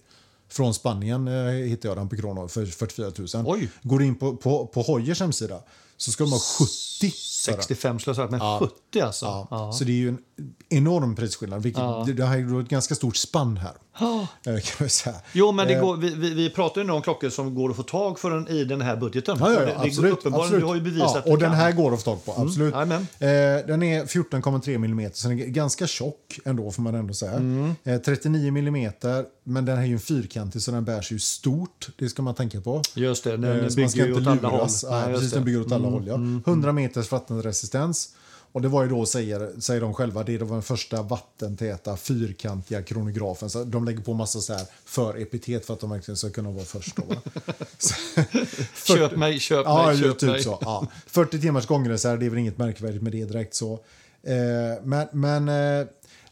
S2: Från Spanien eh, hittade jag den på Kronor för 44 000.
S1: Oj.
S2: Går du in på, på, på Hoyers hemsida så ska de ha 70 för den.
S1: 65 skulle jag säga, men 70 alltså.
S2: Ja.
S1: Ja.
S2: Så det är ju en enorm prisskillnad. Vilket, det, det här är då ett ganska stort spann här.
S1: Ah.
S2: eh, Kan man säga.
S1: Jo, men
S2: Eh.
S1: det går, vi, vi, vi pratar ju nu om klockor som går att få tag för den i den här budgeten.
S2: Ja, ja,
S1: Och det,
S2: ja,
S1: det
S2: absolut,
S1: uppenbarligen,
S2: absolut.
S1: Du har ju bevisat
S2: ja,
S1: att du
S2: Och den
S1: kan. Mm.
S2: här går att få tag på, absolut.
S1: amen.
S2: eh, den är 14,3 mm, så den är ganska tjock ändå får man ändå säga. Eh, 39 mm, men den här är ju en fyrkantig så den bärs ju stort. Det ska man tänka på.
S1: Just det,
S2: Eh,
S1: den
S2: så man ska
S1: bygger ju
S2: inte
S1: åt alla håll.
S2: luras.
S1: Nej,
S2: Nej,
S1: just
S2: precis,
S1: det. Mm,
S2: den bygger åt alla håll. Ja. 100 meters vattenresistens. Och det var ju då, säger, säger de själva, det var den första vattentäta fyrkantiga kronografen. Så de lägger på massa så här för epitet för att de verkligen ska kunna vara först. Då, va? Så-
S1: Köp mig, köp
S2: ja,
S1: mig,
S2: ju
S1: köp
S2: typ
S1: mig.
S2: Så, ja. 40 timmars gångreserv, det är väl inget märkvärdigt med det direkt. så. Eh, men men, eh,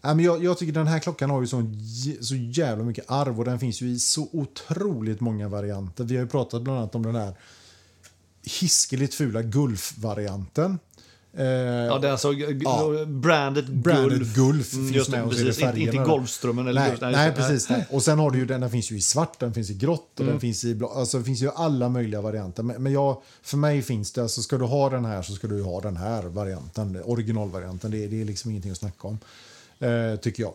S2: ja, men jag, jag tycker den här klockan har ju sån, j- så jävla mycket arv och den finns ju i så otroligt många varianter. Vi har ju pratat bland annat om den här hiskeligt fula Gulf-varianten. Eh,
S1: Ja, det är alltså g- g-
S2: Ja.
S1: brandet Gulf.
S2: Brandet Gulf,
S1: Mm,
S2: finns
S1: just det,
S2: med och så är
S1: precis.
S2: det färgerna.
S1: Inte, inte
S2: då.
S1: Golfströmmen eller
S2: nej,
S1: Gulf,
S2: nej,
S1: just det.
S2: precis. Nej. Och sen har du ju, den här finns ju i svart, den finns i grått och
S1: Mm.
S2: den finns i blå. Alltså det finns ju alla möjliga varianter. Men, men jag, för mig finns det, alltså ska du ha den här så ska du ju ha den här varianten, originalvarianten. Det, det är liksom ingenting att snacka om, eh, tycker jag.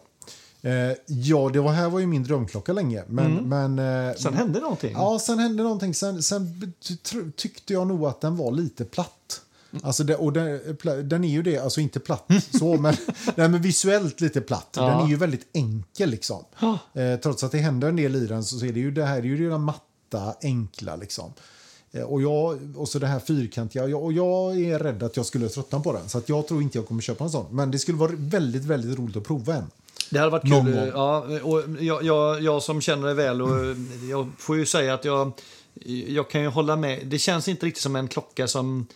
S2: Eh, ja, det var, här var ju min drömklocka länge, men... men eh,
S1: Mm. Sen hände någonting.
S2: Ja, sen hände någonting. Sen, sen b- ty- tro- tyckte jag nog att den var lite platt. Alltså det, och den, pla- den är ju det, alltså inte platt så, men, nej, men visuellt lite platt. Den
S1: Ja.
S2: är ju väldigt enkel liksom. Eh, trots att det händer en del i den så är det ju det här är ju det matta, enkla liksom. Eh, Och, jag, och så det här fyrkantiga. Jag, och jag är rädd att jag skulle tröttna på den. Så att jag tror inte jag kommer köpa en sån. Men det skulle vara väldigt, väldigt roligt att prova en.
S1: Det hade varit
S2: Någon
S1: kul.
S2: gång.
S1: Ja, och jag, jag, jag som känner dig väl, och jag får ju säga att jag jag kan ju hålla med. Det känns inte riktigt som en klocka som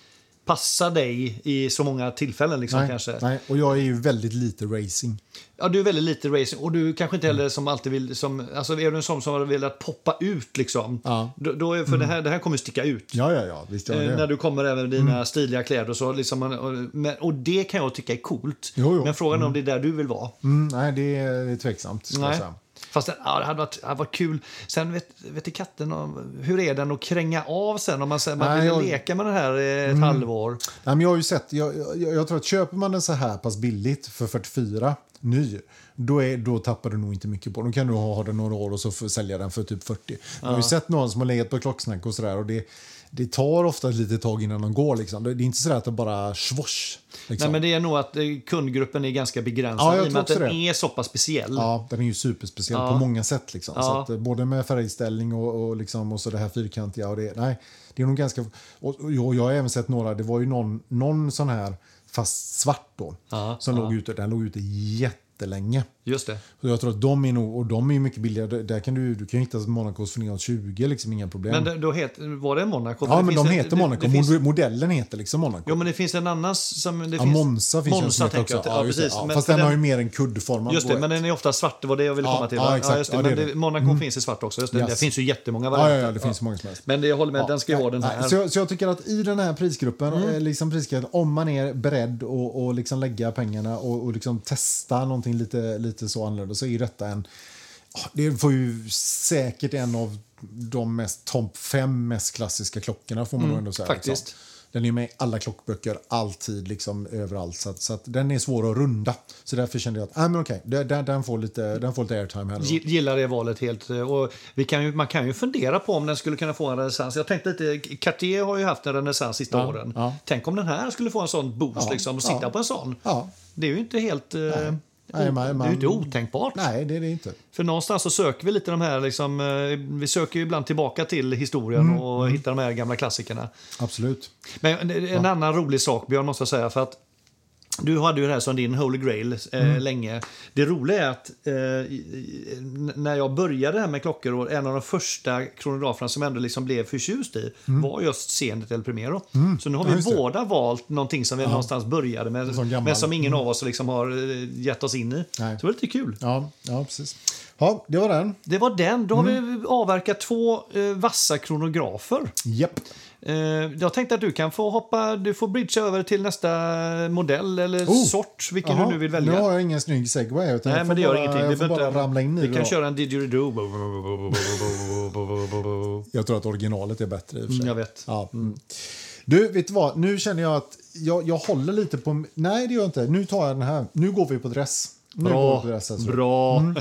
S1: passar dig i så många tillfällen. Liksom,
S2: nej,
S1: kanske.
S2: nej, och jag är ju väldigt lite racing.
S1: Ja, du är väldigt lite racing och du kanske inte heller som alltid vill... Som, alltså, är du en sån som har velat poppa ut liksom?
S2: Ja.
S1: Då, då är, för det, här, det här kommer sticka ut.
S2: Ja, ja, ja, visst gör
S1: Eh,
S2: jag
S1: När
S2: det. Mm.
S1: du kommer även med dina stiliga kläder och så. Liksom, man- och, men, och det kan jag tycka är coolt.
S2: Jo, jo.
S1: Men frågan är om det är där du vill vara.
S2: Mm, nej, det är, det är tveksamt. Ska jag
S1: Nej.
S2: säga.
S1: Fast den, ja, det hade varit, det hade varit kul. Sen vet, vet i katten om, hur är den att kränga av sen om man, säger man
S2: Nej,
S1: vill
S2: jag- Mm.
S1: leka med den här eh, ett halvår.
S2: Nej, men jag har ju sett, jag, jag, jag tror att köper man den så här pass billigt för 44 ny, då, är, då tappar du nog inte mycket på den. Då kan du ha, ha den några år och så får, sälja den för typ 40. Jag har ju sett någon som har legat på klocksnack och sådär och det, det tar ofta ett litet tag innan de går liksom. Det, det är inte så att det bara svosch. Liksom.
S1: Nej, men det är nog att eh, kundgruppen är ganska begränsad
S2: Ja, jag
S1: i och
S2: tror
S1: med att
S2: också
S1: den
S2: det.
S1: är så pass speciell.
S2: Ja, den är ju superspeciell
S1: Ja.
S2: på många sätt. Liksom. Så
S1: Ja.
S2: att, eh, både med färgställning och, och, liksom, och så det här fyrkantiga. Och det, nej, det är nog ganska, och, och jag, jag har även sett några, det var ju någon, någon sån här, fast svart då,
S1: Ja,
S2: som låg ute. Den låg ute jättelänge.
S1: Just det.
S2: Så jag tror att de är nog, och de är ju mycket billigare. Där- Där kan du, du kan ju hitta Monacos för 920, liksom, inga problem.
S1: Men det, då heter, var det Monaco? För
S2: ja,
S1: det
S2: men
S1: finns
S2: de
S1: en-
S2: heter Monaco.
S1: Det, det finns,
S2: Mod- Modellen heter liksom Monaco.
S1: jo, men det finns en annan som... Det
S2: Ja,
S1: finns,
S2: Monza finns ju en som heter
S1: tänker
S2: också.
S1: jag. Ja,
S2: just det.
S1: precis.
S2: Ja,
S1: Men
S2: fast
S1: för
S2: den, har ju mer en kuddformad.
S1: Just det, men den är ofta svart. Det var det jag ville
S2: Ja,
S1: komma till.
S2: ja,
S1: va?
S2: exakt.
S1: just det,
S2: Ja, det
S1: men
S2: är
S1: det,
S2: det.
S1: Monaco finns i svart också. Just det.
S2: Yes.
S1: Det finns ju jättemånga
S2: ja,
S1: varianter.
S2: ja, ja, det finns många som helst.
S1: Men det, jag håller med,
S2: Ja,
S1: den ska ju
S2: nej,
S1: ha den här. Mm.
S2: nej, Så jag, så jag tycker att i den här prisgruppen, eh, liksom prisgruppen om man är beredd att att liksom lägga pengarna och, och liksom testa någonting lite, lite så annorlunda så är detta en... ja, Det får ju säkert en av de mest, topp fem mest klassiska klockorna får man nog ändå säga.
S1: Mm, faktiskt.
S2: Liksom. Den är ju med i alla klockböcker, alltid, liksom, överallt. Så, att, så att den är svår att runda. Så därför kände jag att ah, men okej, den, den- den, får lite, den får lite airtime här. då.
S1: Gi- Gillar det valet helt. eh, Och vi kan ju, man kan ju fundera på om den skulle kunna få en renässans. Jag tänkte lite, Cartier har ju haft en renässans sista
S2: Ja,
S1: åren.
S2: ja.
S1: Tänk om den här skulle få en sån boost
S2: Ja,
S1: liksom, och
S2: ja.
S1: sitta på en sån.
S2: Ja.
S1: Det är ju inte helt... eh, o-
S2: Nej, man-
S1: det är ju
S2: man-
S1: inte otänkbart.
S2: Nej, det är det inte.
S1: För någonstans så söker vi lite de här, liksom, eh, vi söker ju ibland tillbaka till historien
S2: Mm.
S1: och hittar de här gamla klassikerna.
S2: Absolut.
S1: Men en- en annan rolig sak, Björn, måste jag säga. För att du hade ju det här som din holy grail eh,
S2: Mm.
S1: länge. Det roliga är att eh, i- i- n- när jag började här med klockor och en av de första kronograferna som jag ändå liksom blev förtjust i var just Zenit El Primero. Så nu har
S2: Mm. Ja,
S1: vi
S2: just det.
S1: båda valt någonting som vi någonstans började med,
S2: Som gammal. Mm.
S1: men som ingen av oss liksom har eh, gett oss in i.
S2: Nej.
S1: Så det var lite kul.
S2: Ja, ja precis. Ja, det var den.
S1: Det var den. Då har
S2: Mm.
S1: vi avverkat två eh, vassa kronografer.
S2: Japp.
S1: Eh, jag tänkte att du kan få hoppa, du får bridgea över till nästa modell eller
S2: Oh!
S1: sort, vilken
S2: Jaha,
S1: du nu vill välja.
S2: Nu har jag ingen snygg segway. Utan
S1: Nej,
S2: jag
S1: men det gör
S2: får bara,
S1: ingenting.
S2: Jag får
S1: Du behöver
S2: bara ramla in i
S1: Vi
S2: det.
S1: kan
S2: då.
S1: köra en didgeridoo.
S2: Jag tror att originalet är bättre. I och för sig.
S1: Mm, jag vet.
S2: Ja. Mm. Du, vet du vad? Nu känner jag att jag, jag håller lite på... Nej, det gör jag inte. Nu tar jag den här. Nu går vi på dress. Nu går vi
S1: Bra,
S2: på dress alltså.
S1: bra.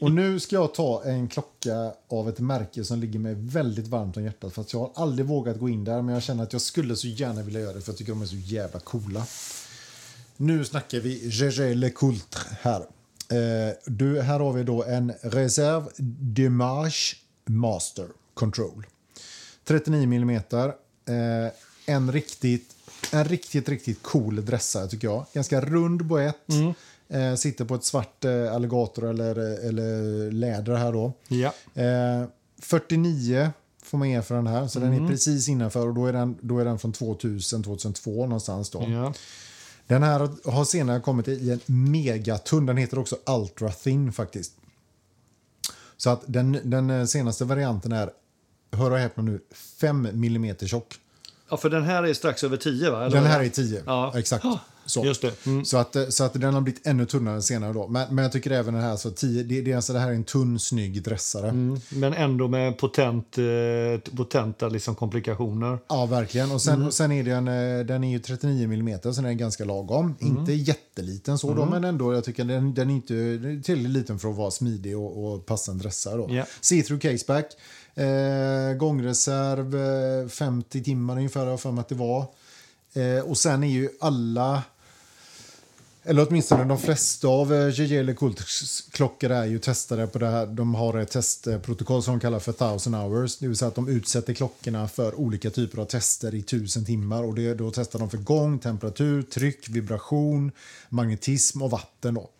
S2: Och nu ska jag ta en klocka av ett märke som ligger mig väldigt varmt om hjärtat. För att jag har aldrig vågat gå in där, men jag känner att jag skulle så gärna vilja göra det för jag tycker de är så jävla coola. Nu snackar vi Gégé Le Coultre här. Eh, du, här har vi då en Reserve Demage Master Control. 39 mm. Eh, en riktigt, en riktigt, riktigt cool dressare tycker jag. Ganska rund boett.
S1: Mm.
S2: Eh, sitter på ett svart eh, alligator eller, eller läder här då.
S1: Ja.
S2: Eh, 49 får man ge för den här, så
S1: Mm.
S2: den är precis innanför och då är den, då är den från 2000, 2002 någonstans då.
S1: Ja.
S2: Den här har senare kommit i en megatunn. Den heter också Ultra Thin faktiskt. Så att den, den senaste varianten är, hör och häpna nu, 5 mm tjock.
S1: ja, för den här är strax över 10 va? Eller
S2: Den
S1: vad?
S2: här är 10.
S1: Ja.
S2: Exakt.
S1: Ja,
S2: Så.
S1: just det. Mm.
S2: Så, att, eh, så att den har blivit ännu tunnare senare. Då. Men, men jag tycker även den här, så 10, det, det, är alltså, det här är en tunn snygg dressare.
S1: Mm, Men ändå med potent, eh, potenta liksom komplikationer.
S2: Ja, verkligen. Och sen, och sen är det en, eh, den är ju 39 mm, så den är ganska lagom. Inte jätteliten så, då, men ändå. Jag tycker den, den är inte den är tillräckligt liten för att vara smidig och, och passa en dressare. Då.
S1: Ja.
S2: See-through caseback, eh, gångreserv, eh, 50 timmar ungefär har jag för mig att det var. Eh, och sen är ju alla... Eller åtminstone de flesta av eh, JJ Le Coultres klockor är ju testade på det här. De har ett testprotokoll som de kallar för 1000 hours. Det vill säga att de utsätter klockorna för olika typer av tester i 1000 timmar. Och det, då testar de för gång, temperatur, tryck, vibration, magnetism och vatten. Då.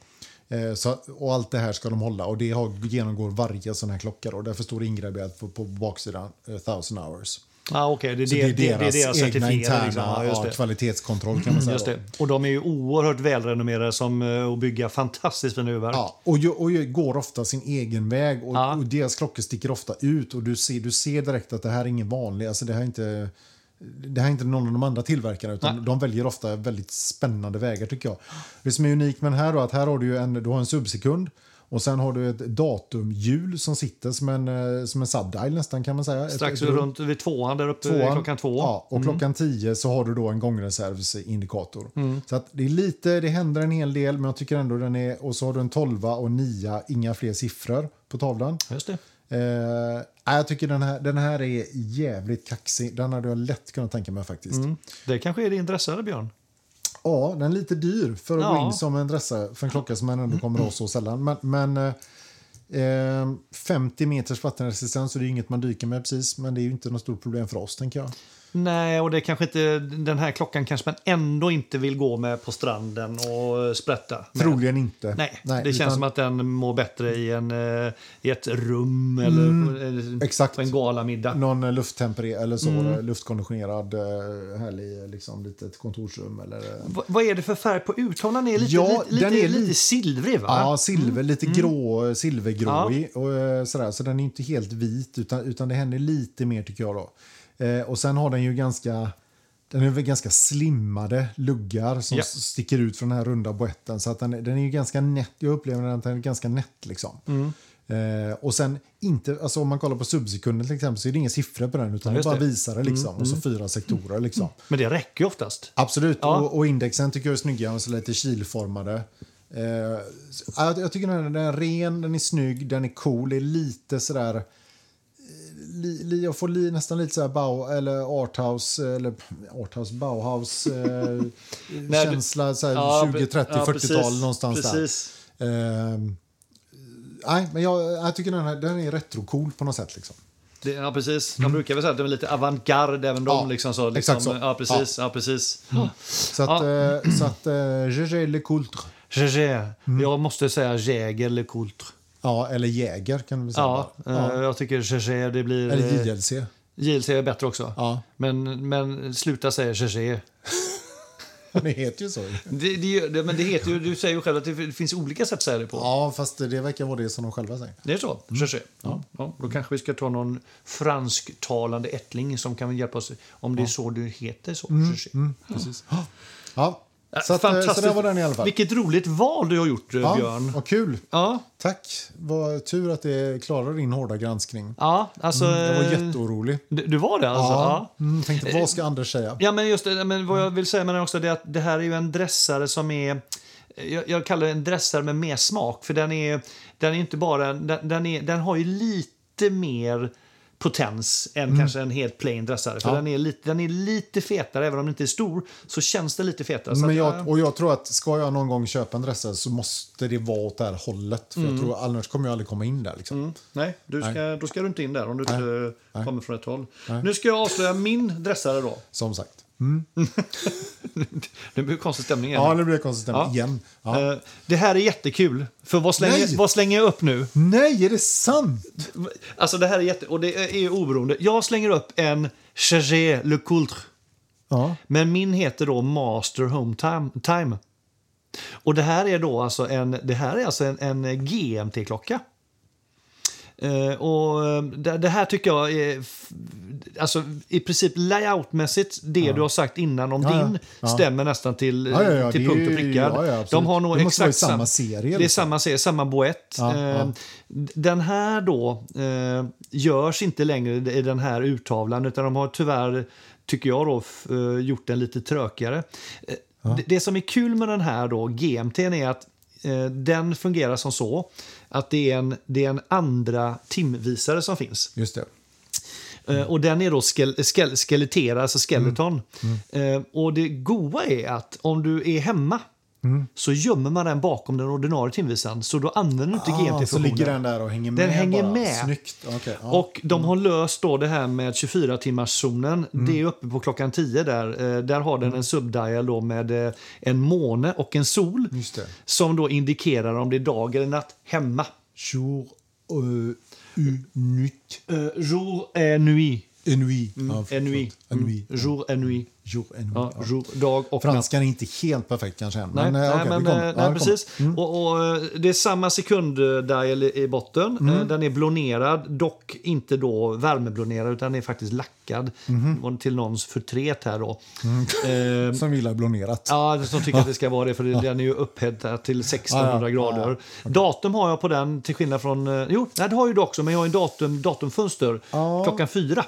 S2: Eh, Så, och allt det här ska de hålla och det har, genomgår varje sån här klocka. Då. Därför står det ingraverat på, på baksidan, eh, 1000 hours.
S1: Ah, okej, det,
S2: Så
S1: är det, det, det är deras
S2: egna
S1: certifierade.
S2: interna
S1: liksom. ja, just
S2: ja,
S1: det. Mm,
S2: kvalitetskontroll kan man säga.
S1: Just
S2: då.
S1: det. Och de är ju oerhört välrenommerade som eh, att bygga fantastiskt fina urverk.
S2: Ja, och, ju, och ju går ofta sin egen väg och,
S1: Ja.
S2: och deras klockor sticker ofta ut och du ser, du ser direkt att det här är ingen vanlig, alltså det här är inte det här är inte någon av de andra tillverkarna utan
S1: Nej.
S2: de väljer ofta väldigt spännande vägar tycker jag. Det som är unikt med den här då att här har du ju en, du har en subsekund och sen har du ett datumhjul som sitter som en, eh, som en subdial nästan kan man säga.
S1: Strax
S2: ett, ett,
S1: runt vid tvåan, där uppe
S2: Tvåan.
S1: klockan två. Mm.
S2: Ja, och klockan 10 så har du då en gångreservsindikator.
S1: Mm.
S2: Så att det är lite, det händer en hel del, men jag tycker ändå den är... Och så har du en 12 och 9, inga fler siffror på tavlan.
S1: Just det.
S2: Eh, nej, jag tycker den här, den här är jävligt kaxig. Den hade jag lätt kunnat tänka mig faktiskt.
S1: Mm. det kanske är din dressare, Björn.
S2: Ja, den är lite dyr för att
S1: Ja.
S2: gå in som en dressare för en klocka som man ändå kommer att ha så sällan. Men, men eh, eh, 50 meters vattenresistens, så det är ju inget man dyker med precis. Men det är ju inte något stort problem för oss, tänker jag.
S1: Nej, och det kanske inte, den här klockan kanske man ändå inte vill gå med på stranden och eh, sprätta. med.
S2: Troligen inte.
S1: Nej, det
S2: utan-
S1: känns som att den mår bättre i, en, eh, i ett rum eller på, eh,
S2: Mm, exakt.
S1: på en Mm. galamiddag.
S2: Någon eh, lufttempererad eller så, eh, luftkonditionerad, eh, härlig, liksom litet kontorsrum eller... eh,
S1: Va- vad är det för färg på urtavlan? Den är lite,
S2: Ja,
S1: lite,
S2: den är
S1: lite,
S2: lite-
S1: lite silvrig, va?
S2: Ja, silver,
S1: Mm.
S2: lite grå, silvergråig och eh, sådär. Så den är inte helt vit utan, utan det händer lite mer tycker jag då. Eh, och sen har den ju ganska, den är väl ganska slimmade luggar som
S1: Ja.
S2: s- sticker ut från den här runda boetten. Så att den, är- den är ju ganska nätt, jag upplever den att den är ganska nätt liksom.
S1: Mm.
S2: Eh, och sen inte, alltså om man kollar på subsekunden till exempel så är det inga siffror på den utan det
S1: just
S2: bara
S1: det. Mm,
S2: visare liksom. Och så fyra sektorer liksom.
S1: Men det räcker ju oftast.
S2: Absolut,
S1: Ja.
S2: och, och indexen tycker jag är snygga och så lite kilformade. Eh, så- jag, jag tycker den är, den är ren, den är snygg, den är cool. Det är lite sådär... eh, Li, li, jag får li, nästan lite sådär Bau, eller Arthouse, eller Arthouse, Bauhaus eh,
S1: Nej,
S2: känsla. Såhär
S1: Ja,
S2: 20, 30,
S1: ja,
S2: 40-tal
S1: precis,
S2: någonstans
S1: precis.
S2: där. Eh, nej, men jag, jag tycker den, här, den är retrocool på något sätt. Liksom.
S1: Det, ja, precis. De brukar väl säga att de är lite avantgarde, även de.
S2: Mm. Ja,
S1: liksom så, liksom,
S2: exakt så.
S1: Ja, precis. Ja. precis.
S2: Så att, eh, så att eh, Gégé Le Coultre.
S1: Jaeger.
S2: Mm.
S1: Jag måste säga Jäger eller Coultre.
S2: Ja, eller Jäger kan vi säga.
S1: Ja,
S2: bara.
S1: eh, jag tycker Jaeger, det blir...
S2: Eller
S1: eh,
S2: JLC.
S1: JLC är bättre också.
S2: Ja,
S1: Men, men sluta säga Jaeger.
S2: det heter ju så.
S1: Det, det, gör- det, men det heter ju, du säger ju själv att det finns olika sätt att säga det på.
S2: Ja, Mm. fast det verkar vara det som de själva säger.
S1: Det är så? Jaeger. Ja. Ja, då kanske vi ska ta någon fransktalande ättling som kan hjälpa oss. Om det är så du heter så. Jaeger.
S2: Precis. Ja,
S1: Ja,
S2: Mm. så, att, eh, så där var den i alla fall.
S1: Vilket roligt val du har gjort, eh,
S2: Ja,
S1: Björn.
S2: vad kul.
S1: Ja,
S2: Tack. Vad tur att det klarade din hårda granskning.
S1: ja alltså...
S2: Jag Mm, var
S1: eh,
S2: jätteorolig.
S1: du, du var det alltså?
S2: Ja,
S1: Ja.
S2: mm, tänkte vad ska Anders säga?
S1: Ja, men just det, men vad jag vill säga med den också det är att det här är ju en dressare som är jag, jag kallar det en dressare med mer smak för den är den är inte bara den, den, är, den har ju lite mer potens än kanske en helt plain dressare. För
S2: Mm. Ja.
S1: den, är lite, den är lite fetare, även om den inte är stor, så känns det lite fetare. så
S2: Men
S1: att eh,
S2: jag, och jag tror att ska jag någon gång köpa en dressare så måste det vara åt det här hållet. För
S1: Mm.
S2: jag tror, annars kommer jag aldrig komma in där. Liksom.
S1: Nej, du ska, då ska du inte in där om du inte eh, kommer från ett håll. Nu ska jag avslöja min dressare då.
S2: Som sagt.
S1: Det blir konstig stämning igen.
S2: Ja, nu blir det konsistent
S1: Ja.
S2: igen. Ja.
S1: Eh, Det här är jättekul. För vad
S2: Nej!
S1: slänger, vad slänger jag upp nu?
S2: Nej, är det sant?
S1: Alltså det här är jätte... Och det är ju oberoende. Jag slänger upp en Chargé Le Coultre.
S2: Ja.
S1: Men min heter då Master Home Time. Time. Och det här är då alltså en, det här är alltså en, en GMT-klocka. Eh, och eh, det, det här tycker jag är f- alltså, i princip layoutmässigt, det du har sagt innan om
S2: Ja, ja.
S1: din
S2: Ja.
S1: stämmer nästan till,
S2: Ja, ja, ja,
S1: till
S2: det är
S1: punkt och
S2: ju-
S1: prickar.
S2: ja, ja, absolut.
S1: De har nog
S2: Det måste
S1: exakt
S2: vara i samma serie,
S1: Det är
S2: liksom.
S1: samma serie, samma boett.
S2: Ja,
S1: Eh,
S2: ja.
S1: Den här då eh, görs inte längre i den här urtavlan utan de har tyvärr, tycker jag då, f- eh, gjort den lite trökigare. Eh, det, det som är kul med den här då, GMT, är att eh, den fungerar som så att det är en, det är en andra timvisare som finns.
S2: Just det.
S1: Eh, Och den är då skel- skel-
S2: Mm.
S1: skeletterad, alltså skeleton. Eh, Och det goa är att om du är hemma
S2: Mm.
S1: så gömmer man den bakom den ordinarie timvisan. Så då använder du inte
S2: Ah, så ligger
S1: GMT-funktionen.
S2: den där och hänger med.
S1: Den hänger
S2: bara.
S1: med.
S2: Snyggt. Okej, ja. Mm.
S1: Och de har löst då det här med 24-timmarszonen. Det är uppe på klockan 10 där. Eh, Där har
S2: Mm.
S1: den en subdial då med eh, en måne och en sol.
S2: Just det.
S1: Som då indikerar om det är dag eller natt hemma.
S2: Jour euh, nuit.
S1: Uh, jour et nuit.
S2: Enui. Ja,
S1: Et nuit. Mm.
S2: förlåt. Enui.
S1: Jour et nuit.
S2: Jour enui.
S1: Ja,
S2: Ja.
S1: jour, dag och natt.
S2: Franskan är inte helt perfekt kanske än.
S1: Nej,
S2: eh,
S1: nej,
S2: okej,
S1: men,
S2: vi kommer.
S1: eh,
S2: Ja,
S1: nej
S2: vi kommer. Mm.
S1: precis. Och, och, eh, det är samma sekunddial i i botten.
S2: Mm.
S1: Eh, Den är blonerad, dock inte då värmeblonerad utan är faktiskt lackad. Det
S2: Mhm.
S1: var Till någons förtret här då.
S2: Mm.
S1: Eh,
S2: Som gillar blonerat.
S1: Ja, som tycker att det ska vara det, för den är ju upphettad till 1600
S2: Ja, ja.
S1: grader. Datum har jag på den, till skillnad från... eh, Jo, nej, det har ju du också, men jag har ju datum, datumfönster
S2: Ja.
S1: klockan fyra.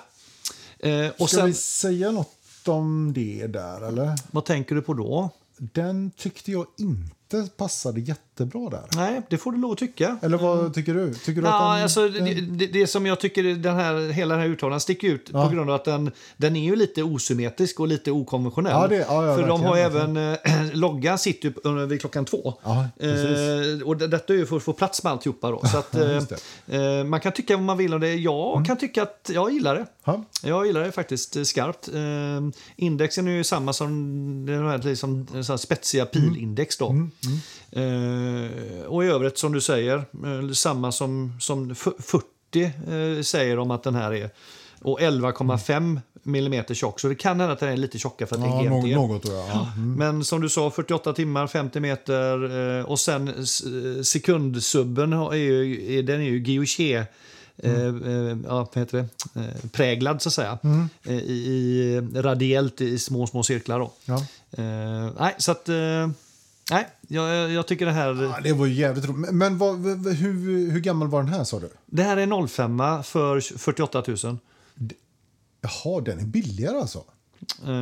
S1: Eh, och
S2: Ska
S1: sen,
S2: vi säga något om det där eller?
S1: vad tänker du på då?
S2: Den tyckte jag inte passade jättebra där.
S1: Nej, det får du lov att tycka.
S2: Eller vad tycker du? Tycker du
S1: Mm. Ja,
S2: att den,
S1: alltså,
S2: den...
S1: det, det, det som jag tycker den här, hela den här uttalandet sticker ut på grund av att den, den är ju lite osymmetrisk och lite okonventionell.
S2: Ja, det- ja, ja,
S1: För de
S2: verkligen,
S1: har
S2: verkligen.
S1: även, eh, loggan sitter ju upp under- vid klockan två.
S2: Ja, precis.
S1: eh, och det- detta är ju för att få plats med alltihopa då. Så att,
S2: Ja, just Mm.
S1: eh, eh, man kan tycka vad man vill om det. Jag kan tycka att jag gillar det.
S2: Ja.
S1: Jag gillar det faktiskt eh, skarpt. Eh, indexen är ju samma som den här liksom, så här spetsiga pilindex. Då. Eh, och i övrigt, som du säger, eh, samma som, som f- 40 eh, säger om att den här är. Och 11,5 mm tjock. Så det kan hända att den är lite tjockare för att
S2: Ja,
S1: det är
S2: något,
S1: GMT.
S2: något tror jag. Ja.
S1: Men som du sa, 48 timmar, 50 meter eh, och sen s- eh, sekundsubben har- är ju, är- den är ju Guilloché
S2: Mm.
S1: eh, eh, ja, vad heter det? Eh, präglad så att säga. Eh, I, i radiellt i små, små cirklar då.
S2: Ja.
S1: Eh, nej, så att... Eh, nej, jag, jag tycker det här...
S2: Ja, det var ju jävligt roligt. Men- Men vad, v- v- hur, hur gammal var den här sa du?
S1: Det här är 05 för 48 000.
S2: Jaha, den är billigare alltså?
S1: Eh,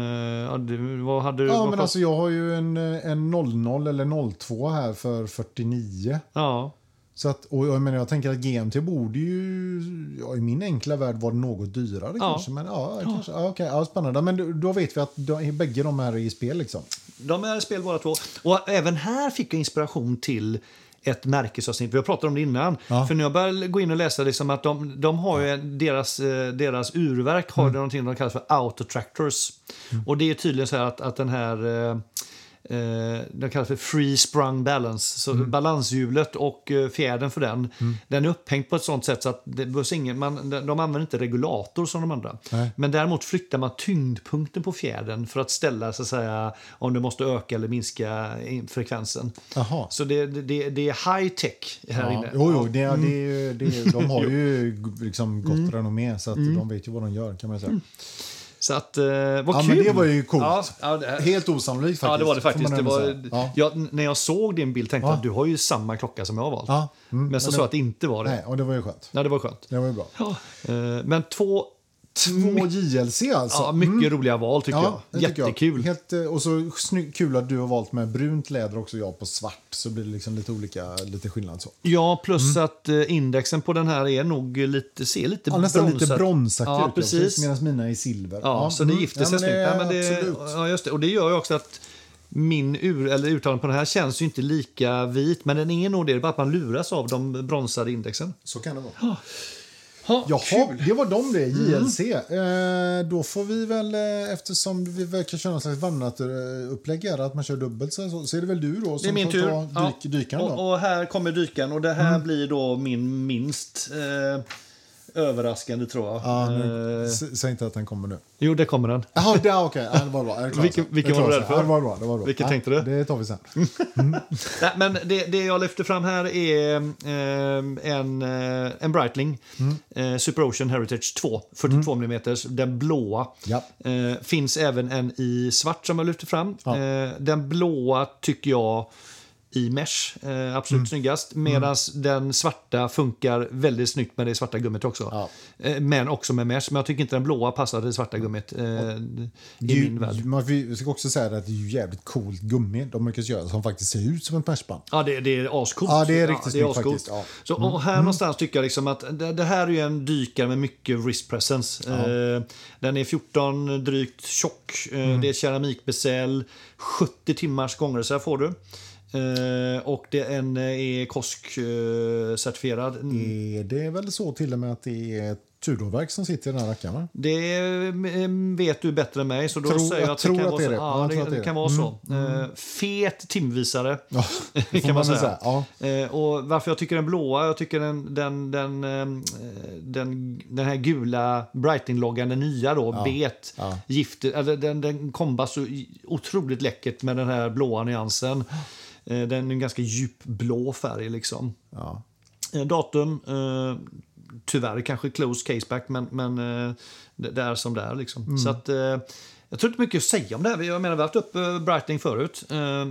S1: ja, du, vad hade du?
S2: Ja,
S1: vad
S2: men
S1: kost-
S2: alltså jag har ju en, eh, en 00 eller 02 här för 49.
S1: ja.
S2: Så att, och jag, menar, jag tänker att GMT borde ju, ja, i min enkla värld, vara något dyrare kanske. Men ja, kanske, ja. okej, ja, spännande. Men då- då vet vi att de, bägge de här är i spel liksom.
S1: De är i spel båda två. Och även här fick jag inspiration till ett märkesavsnitt. Vi har pratat om det innan.
S2: Ja.
S1: För när jag började gå in och läsa liksom att de, de har ju en- deras, eh, deras urverk har mm. någonting de kallar för autotractors.
S2: Mm.
S1: Och det är tydligen så här att, att den här eh, eh, den kallas för free sprung balance. Så
S2: Mm.
S1: balanshjulet och eh, fjädern för den, den är upphängd på ett sånt sätt så att det behövs ingen, man, de de använder inte regulator som de andra.
S2: Nej.
S1: Men däremot flyttar man tyngdpunkten på fjädern för att ställa så att säga, om du måste öka eller minska in- frekvensen.
S2: Jaha.
S1: Så det, det- det, det är high tech här
S2: Ja,
S1: inne. Mm.
S2: jo, jo, det, är- det, är ju- det, är- de har ju g- liksom gott renommé så att
S1: Mm.
S2: de vet ju vad de gör kan man säga.
S1: Så att, eh, vad
S2: Ja,
S1: kul!
S2: men det var ju coolt.
S1: Ja, ja, det här-
S2: Helt osannolikt faktiskt.
S1: Ja, det var det
S2: får
S1: faktiskt.
S2: man
S1: Det
S2: ändå
S1: var,
S2: säga. Ja.
S1: jag, när jag såg din bild tänkte jag
S2: Ja.
S1: att du har ju samma klocka som jag har valt.
S2: Ja,
S1: men
S2: mm,
S1: så
S2: men
S1: sa
S2: det-
S1: jag att det inte var det.
S2: Nej, och det var ju skönt.
S1: Ja, det var skönt.
S2: Det var ju bra.
S1: Ja. eh, Men två,
S2: Två JLC alltså.
S1: Mm. ja, mycket roliga val tycker
S2: Mm. det
S1: jag.
S2: tycker jag.
S1: Jättekul.
S2: Helt, eh, och så snygg, kul att du har valt med brunt läder också, jag på svart. Så blir det liksom lite olika, lite skillnad så.
S1: Ja, plus att eh, indexen på den här är nog lite, ser lite
S2: Ja, nästan lite bronsaktig
S1: ja,
S2: ut,
S1: precis. Ja,
S2: medan mina är silver.
S1: så det gifter sig
S2: ja, men
S1: snyggt. Ja, men det,
S2: absolut.
S1: ja, just det. Och det gör ju också att min ur, eller uttalan på den här känns ju inte lika vit, men den är nog det. Det är bara att man luras av de bronsade indexen.
S2: Så kan det vara.
S1: Ah, Ha,
S2: Jaha, det var de det,
S1: Mm.
S2: JLC. Eh, då får vi väl, eh, eftersom vi verkar köra någon slags Vannatter-upplägg här, att man kör dubbelt så, här, så så är det väl du då som
S1: Det är min
S2: får
S1: tur.
S2: ta dyk,
S1: Ja.
S2: dykaren då. Mm.
S1: och, och här kommer dykaren och det här blir då min minst eh, överraskande tror jag.
S2: Ja,
S1: Eh,
S2: nu, s- säg inte att den kommer nu.
S1: jo, där kommer den.
S2: Jaha, där, okej. Ja, det var bra. Är det klart
S1: Vilken-
S2: så?
S1: vilken
S2: Det är
S1: var du
S2: klart
S1: rädd för?
S2: så. Ja, det var bra. Det var bra.
S1: Vilken
S2: Ja,
S1: tänkte du?
S2: Det tar vi sen.
S1: Nej, men det, det jag lyfter fram här är eh, en, eh, en Breitling
S2: Mm.
S1: eh, Super Ocean Heritage 2, 42 mm, den blåa.
S2: Ja.
S1: Eh, finns även en i svart som jag lyfter fram.
S2: Ja.
S1: Eh, den blåa tycker jag i mesh. Eh, absolut
S2: Mm.
S1: snyggast. Medan den svarta funkar väldigt snyggt med det svarta gummit också.
S2: Ja.
S1: Eh, men också med mesh. Men jag tycker inte den blåa passar till det svarta gummit. Eh,
S2: Det
S1: I
S2: är
S1: min värld.
S2: ju, man vi ska också säga att det är ju jävligt coolt gummi de lyckas göra som faktiskt ser ut som ett persband.
S1: Ja, det, det är ascoolt.
S2: Ja, det är riktigt snyggt
S1: ascoolt.
S2: faktiskt, ja. Mm.
S1: Så, och här någonstans tycker jag liksom att det, det här är ju en dykare med mycket wrist presence. Eh, den är 14 drygt tjock. Eh,
S2: Mm.
S1: Det är keramikbesäll. 70 timmars gångreserv får du. Eh, och det en eh, är KOSK-certifierad.
S2: Eh, Det är väl så till och med att det är ett Tudorverk som sitter i den här rackaren? va?
S1: Det eh, vet du bättre än mig. Så då
S2: Tror-
S1: säger jag
S2: jag
S1: att
S2: tror
S1: det kan
S2: att
S1: vara
S2: det
S1: så.
S2: är det. Ja,
S1: Ja,
S2: jag tror
S1: det,
S2: att det är
S1: det kan
S2: det. Mm.
S1: vara så. Eh, fet timvisare.
S2: Ja, det får
S1: kan man
S2: väl
S1: säga.
S2: Ja.
S1: Eh, och varför jag tycker den blåa, jag tycker den, den, den, ehm, eh, den, den här gula Brighting-loggan, den nya då, bet,
S2: Ja.
S1: gifter, eller den, den kombas så i- otroligt läckert med den här blåa nyansen. Eh, den är en ganska djupblå färg liksom.
S2: Ja.
S1: Eh, datum, eh, tyvärr kanske close caseback, men, men eh, det, det är som det är liksom.
S2: Mm.
S1: Så att, eh, jag tror inte mycket att säga om det här. Jag menar, vi har haft upp eh, Brighting förut. Eh,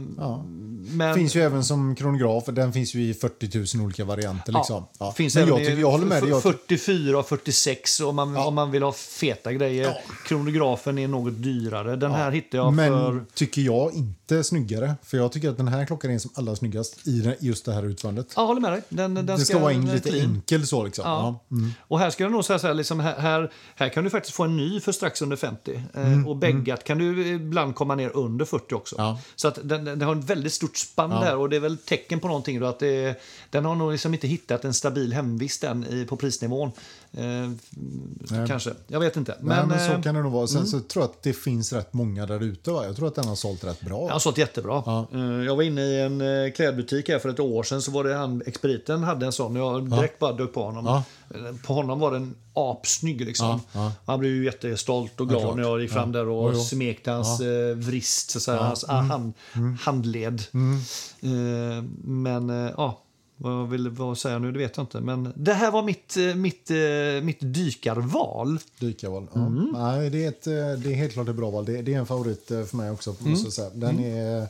S1: men,
S2: Finns ju även som kronograf, den finns ju i 40 000 olika varianter. Liksom. Ja.
S1: Finns
S2: Men
S1: även
S2: jag,
S1: i
S2: tycker, jag håller med dig. Jag,
S1: 44 och 46 om man, om man vill ha feta grejer. Kronografen är något dyrare. Den här hittar jag
S2: men
S1: för...
S2: tycker jag inte snyggare. För jag tycker att den här klockan är som allra snyggast i den- just det här utförandet.
S1: Ja, jag håller med dig. Den, den
S2: det ska vara en
S1: den är
S2: lite
S1: clean.
S2: enkel så liksom. Ja.
S1: Ja. Och här skulle jag nog säga så här, liksom här, här, här kan du faktiskt få en ny för strax under 50.
S2: Mm,
S1: Eh, och bäggat kan du ibland komma ner under 40 också.
S2: Ja.
S1: Så att den, den den har ett väldigt stort spann där och det är väl tecken på någonting då att det, den har nog liksom inte hittat en stabil hemvist än i, på prisnivån. Eh, kanske, jag vet inte.
S2: Men, mm. men
S1: eh,
S2: så kan det nog vara. Sen så tror jag att det finns rätt många där ute. va? Jag tror att den har sålt rätt bra.
S1: Jag har sålt jättebra.
S2: Ja.
S1: Eh, Jag var inne i en eh, klädbutik här för ett år sedan. Så var det han, Expediten hade en sån. Jag direkt bara dök på honom.
S2: Ja.
S1: Eh, På honom var den apsnygg. Liksom.
S2: Ja, ja.
S1: Han blev ju jättestolt och glad
S2: klart.
S1: när jag gick fram där och
S2: Jo, Mm. jo.
S1: smekte hans eh, vrist, så att säga, hans ah, hand, handled.
S2: Mm.
S1: Eh, men eh, ja, vad jag ville vad säga nu det vet jag inte. Men det här var mitt, eh, mitt, eh, mitt dykarval.
S2: Dykarval. Ja. Nej, det, är ett, eh, det är helt klart ett bra val. Det, det är en favorit eh, för mig också. Måste jag säga. Den, är,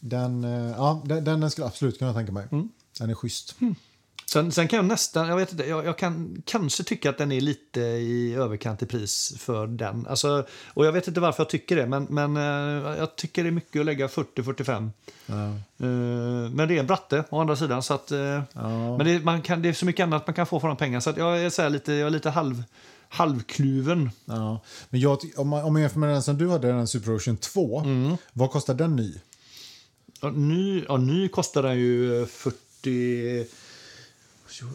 S2: den, eh, ja, den, den den skulle jag absolut kunna tänka mig. Den är schysst.
S1: Sen, sen kan jag nästan, jag vet inte, jag, jag kan kanske tycka att den är lite i överkant i pris för den. Alltså, och jag vet inte varför jag tycker det, men, men eh, jag tycker det är mycket att lägga 40-45. Eh, men det är en bratte å andra sidan, så att, eh, men det, man kan, det är så mycket annat man kan få för de pengarna. Så att jag är, så här lite, jag är lite halv, halvkluven.
S2: Ja. Men jag, ty- om, man, om man jämför med den som du hade, den Super Ocean 2, vad kostar den ny?
S1: Ja, ny, ja, ny kostar den ju eh, 40...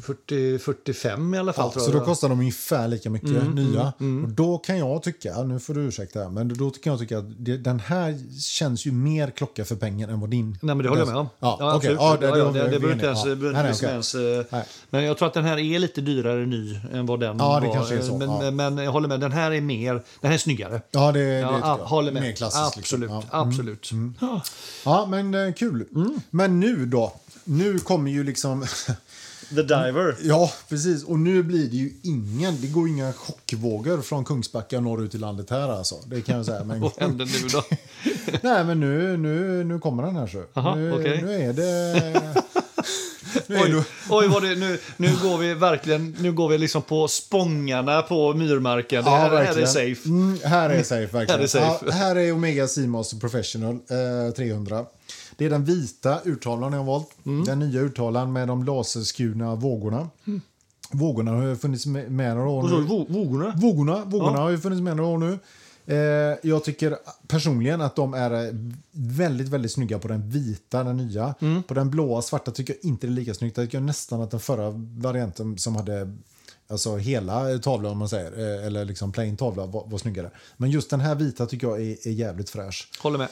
S1: 40, 45 i alla fall.
S2: Ja,
S1: tror
S2: så
S1: jag. Mm,
S2: då kostar de ungefär lika mycket nya. Och då kan jag tycka, nu får du ursäkta, men då kan jag tycka att det, den här känns ju mer klocka för pengar än vad din.
S1: Nej, men det håller jag med om.
S2: Ja, okej.
S1: absolut.
S2: Ja, det-
S1: ja,
S2: då
S1: ja,
S2: var
S1: det,
S2: vi
S1: det behöver inte
S2: eniga.
S1: ens...
S2: Ja.
S1: det behöver
S2: Nej, nej,
S1: inte
S2: okej.
S1: ens eh,
S2: Nej.
S1: men jag tror att den här är lite dyrare ny än vad den
S2: Ja, det
S1: var.
S2: kanske är så.
S1: Men,
S2: Ja.
S1: men jag håller med, den här är mer... Den här är snyggare.
S2: Ja, det, det
S1: Ja,
S2: tycker jag.
S1: ah, håller med.
S2: Mer klassiskt.
S1: absolut,
S2: Liksom. Ja.
S1: absolut. Ja.
S2: Ja, men eh, kul.
S1: Mm.
S2: Men nu då? Nu kommer ju liksom...
S1: The Diver.
S2: ja, precis. Och nu blir det ju ingen... Det går inga chockvågor från Kungsbacka norrut i landet här alltså. Det kan jag säga. Men,
S1: Vad hände nu då?
S2: nej, men nu, nu, nu kommer den här så.
S1: Aha,
S2: nu,
S1: okej.
S2: nu är det... nu är
S1: Oj,
S2: det...
S1: oj vad det, nu, nu går vi verkligen nu går vi liksom på spångarna på myrmarken. Det här, det här är
S2: verkligen.
S1: safe.
S2: Mm, här är safe, verkligen.
S1: Här är safe.
S2: Ja, här är Omega Seamaster Professional eh, 300. Det är den vita urtavlan jag har valt.
S1: Mm.
S2: Den nya urtavlan med de laserskurna vågorna. Vågorna har ju funnits med med några år
S1: Och så
S2: nu.
S1: vå- vågorna.
S2: Vågorna, vågorna
S1: Ja.
S2: har ju funnits med några år nu. Eh, jag tycker personligen att de är eh, väldigt, väldigt snygga på den vita, den nya. På den blåa, svarta tycker jag inte det är lika snyggt. Jag tycker nästan att den förra varianten som hade alltså hela tavlan om man säger, eh, eller liksom plain tavla var, var snyggare. Men just den här vita tycker jag är, är jävligt fräsch.
S1: Håller med.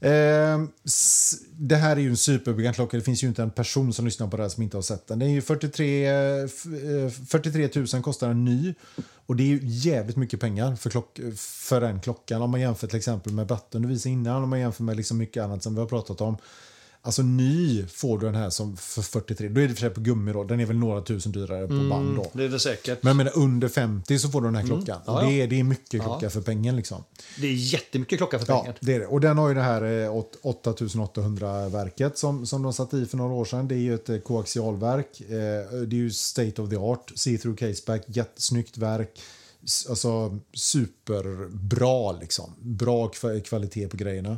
S2: Ehm, s- det här är ju en superbekant klocka. Det finns ju inte en person som lyssnar på det här som inte har sett den. Den är ju 43, eh, f- eh, 43 000 kostar en ny. Och det är ju jävligt mycket pengar för, klock, för den klockan. Om man jämför till exempel med Bratte du visade innan, om man jämför med liksom mycket annat som vi har pratat om. Alltså ny får du den här som för 43. Då är det i och för sig på gummi då. Den är väl några tusen dyrare på band då.
S1: Det är det säkert.
S2: Men jag menar under 50 så får du den här klockan.
S1: Mm. Ja,
S2: Och
S1: ja.
S2: det, är, det är mycket klocka för pengen liksom.
S1: Det är jättemycket klocka för
S2: Ja,
S1: pengar.
S2: det är det. Och den har ju det här eh, åt- 8800-verket som, som de satte i för några år sedan. Det är ju ett eh, koaxialverk. Eh, Det är ju state of the art. See-through caseback, jättesnyggt verk. S- Alltså superbra liksom. Bra kva- kvalitet på grejerna.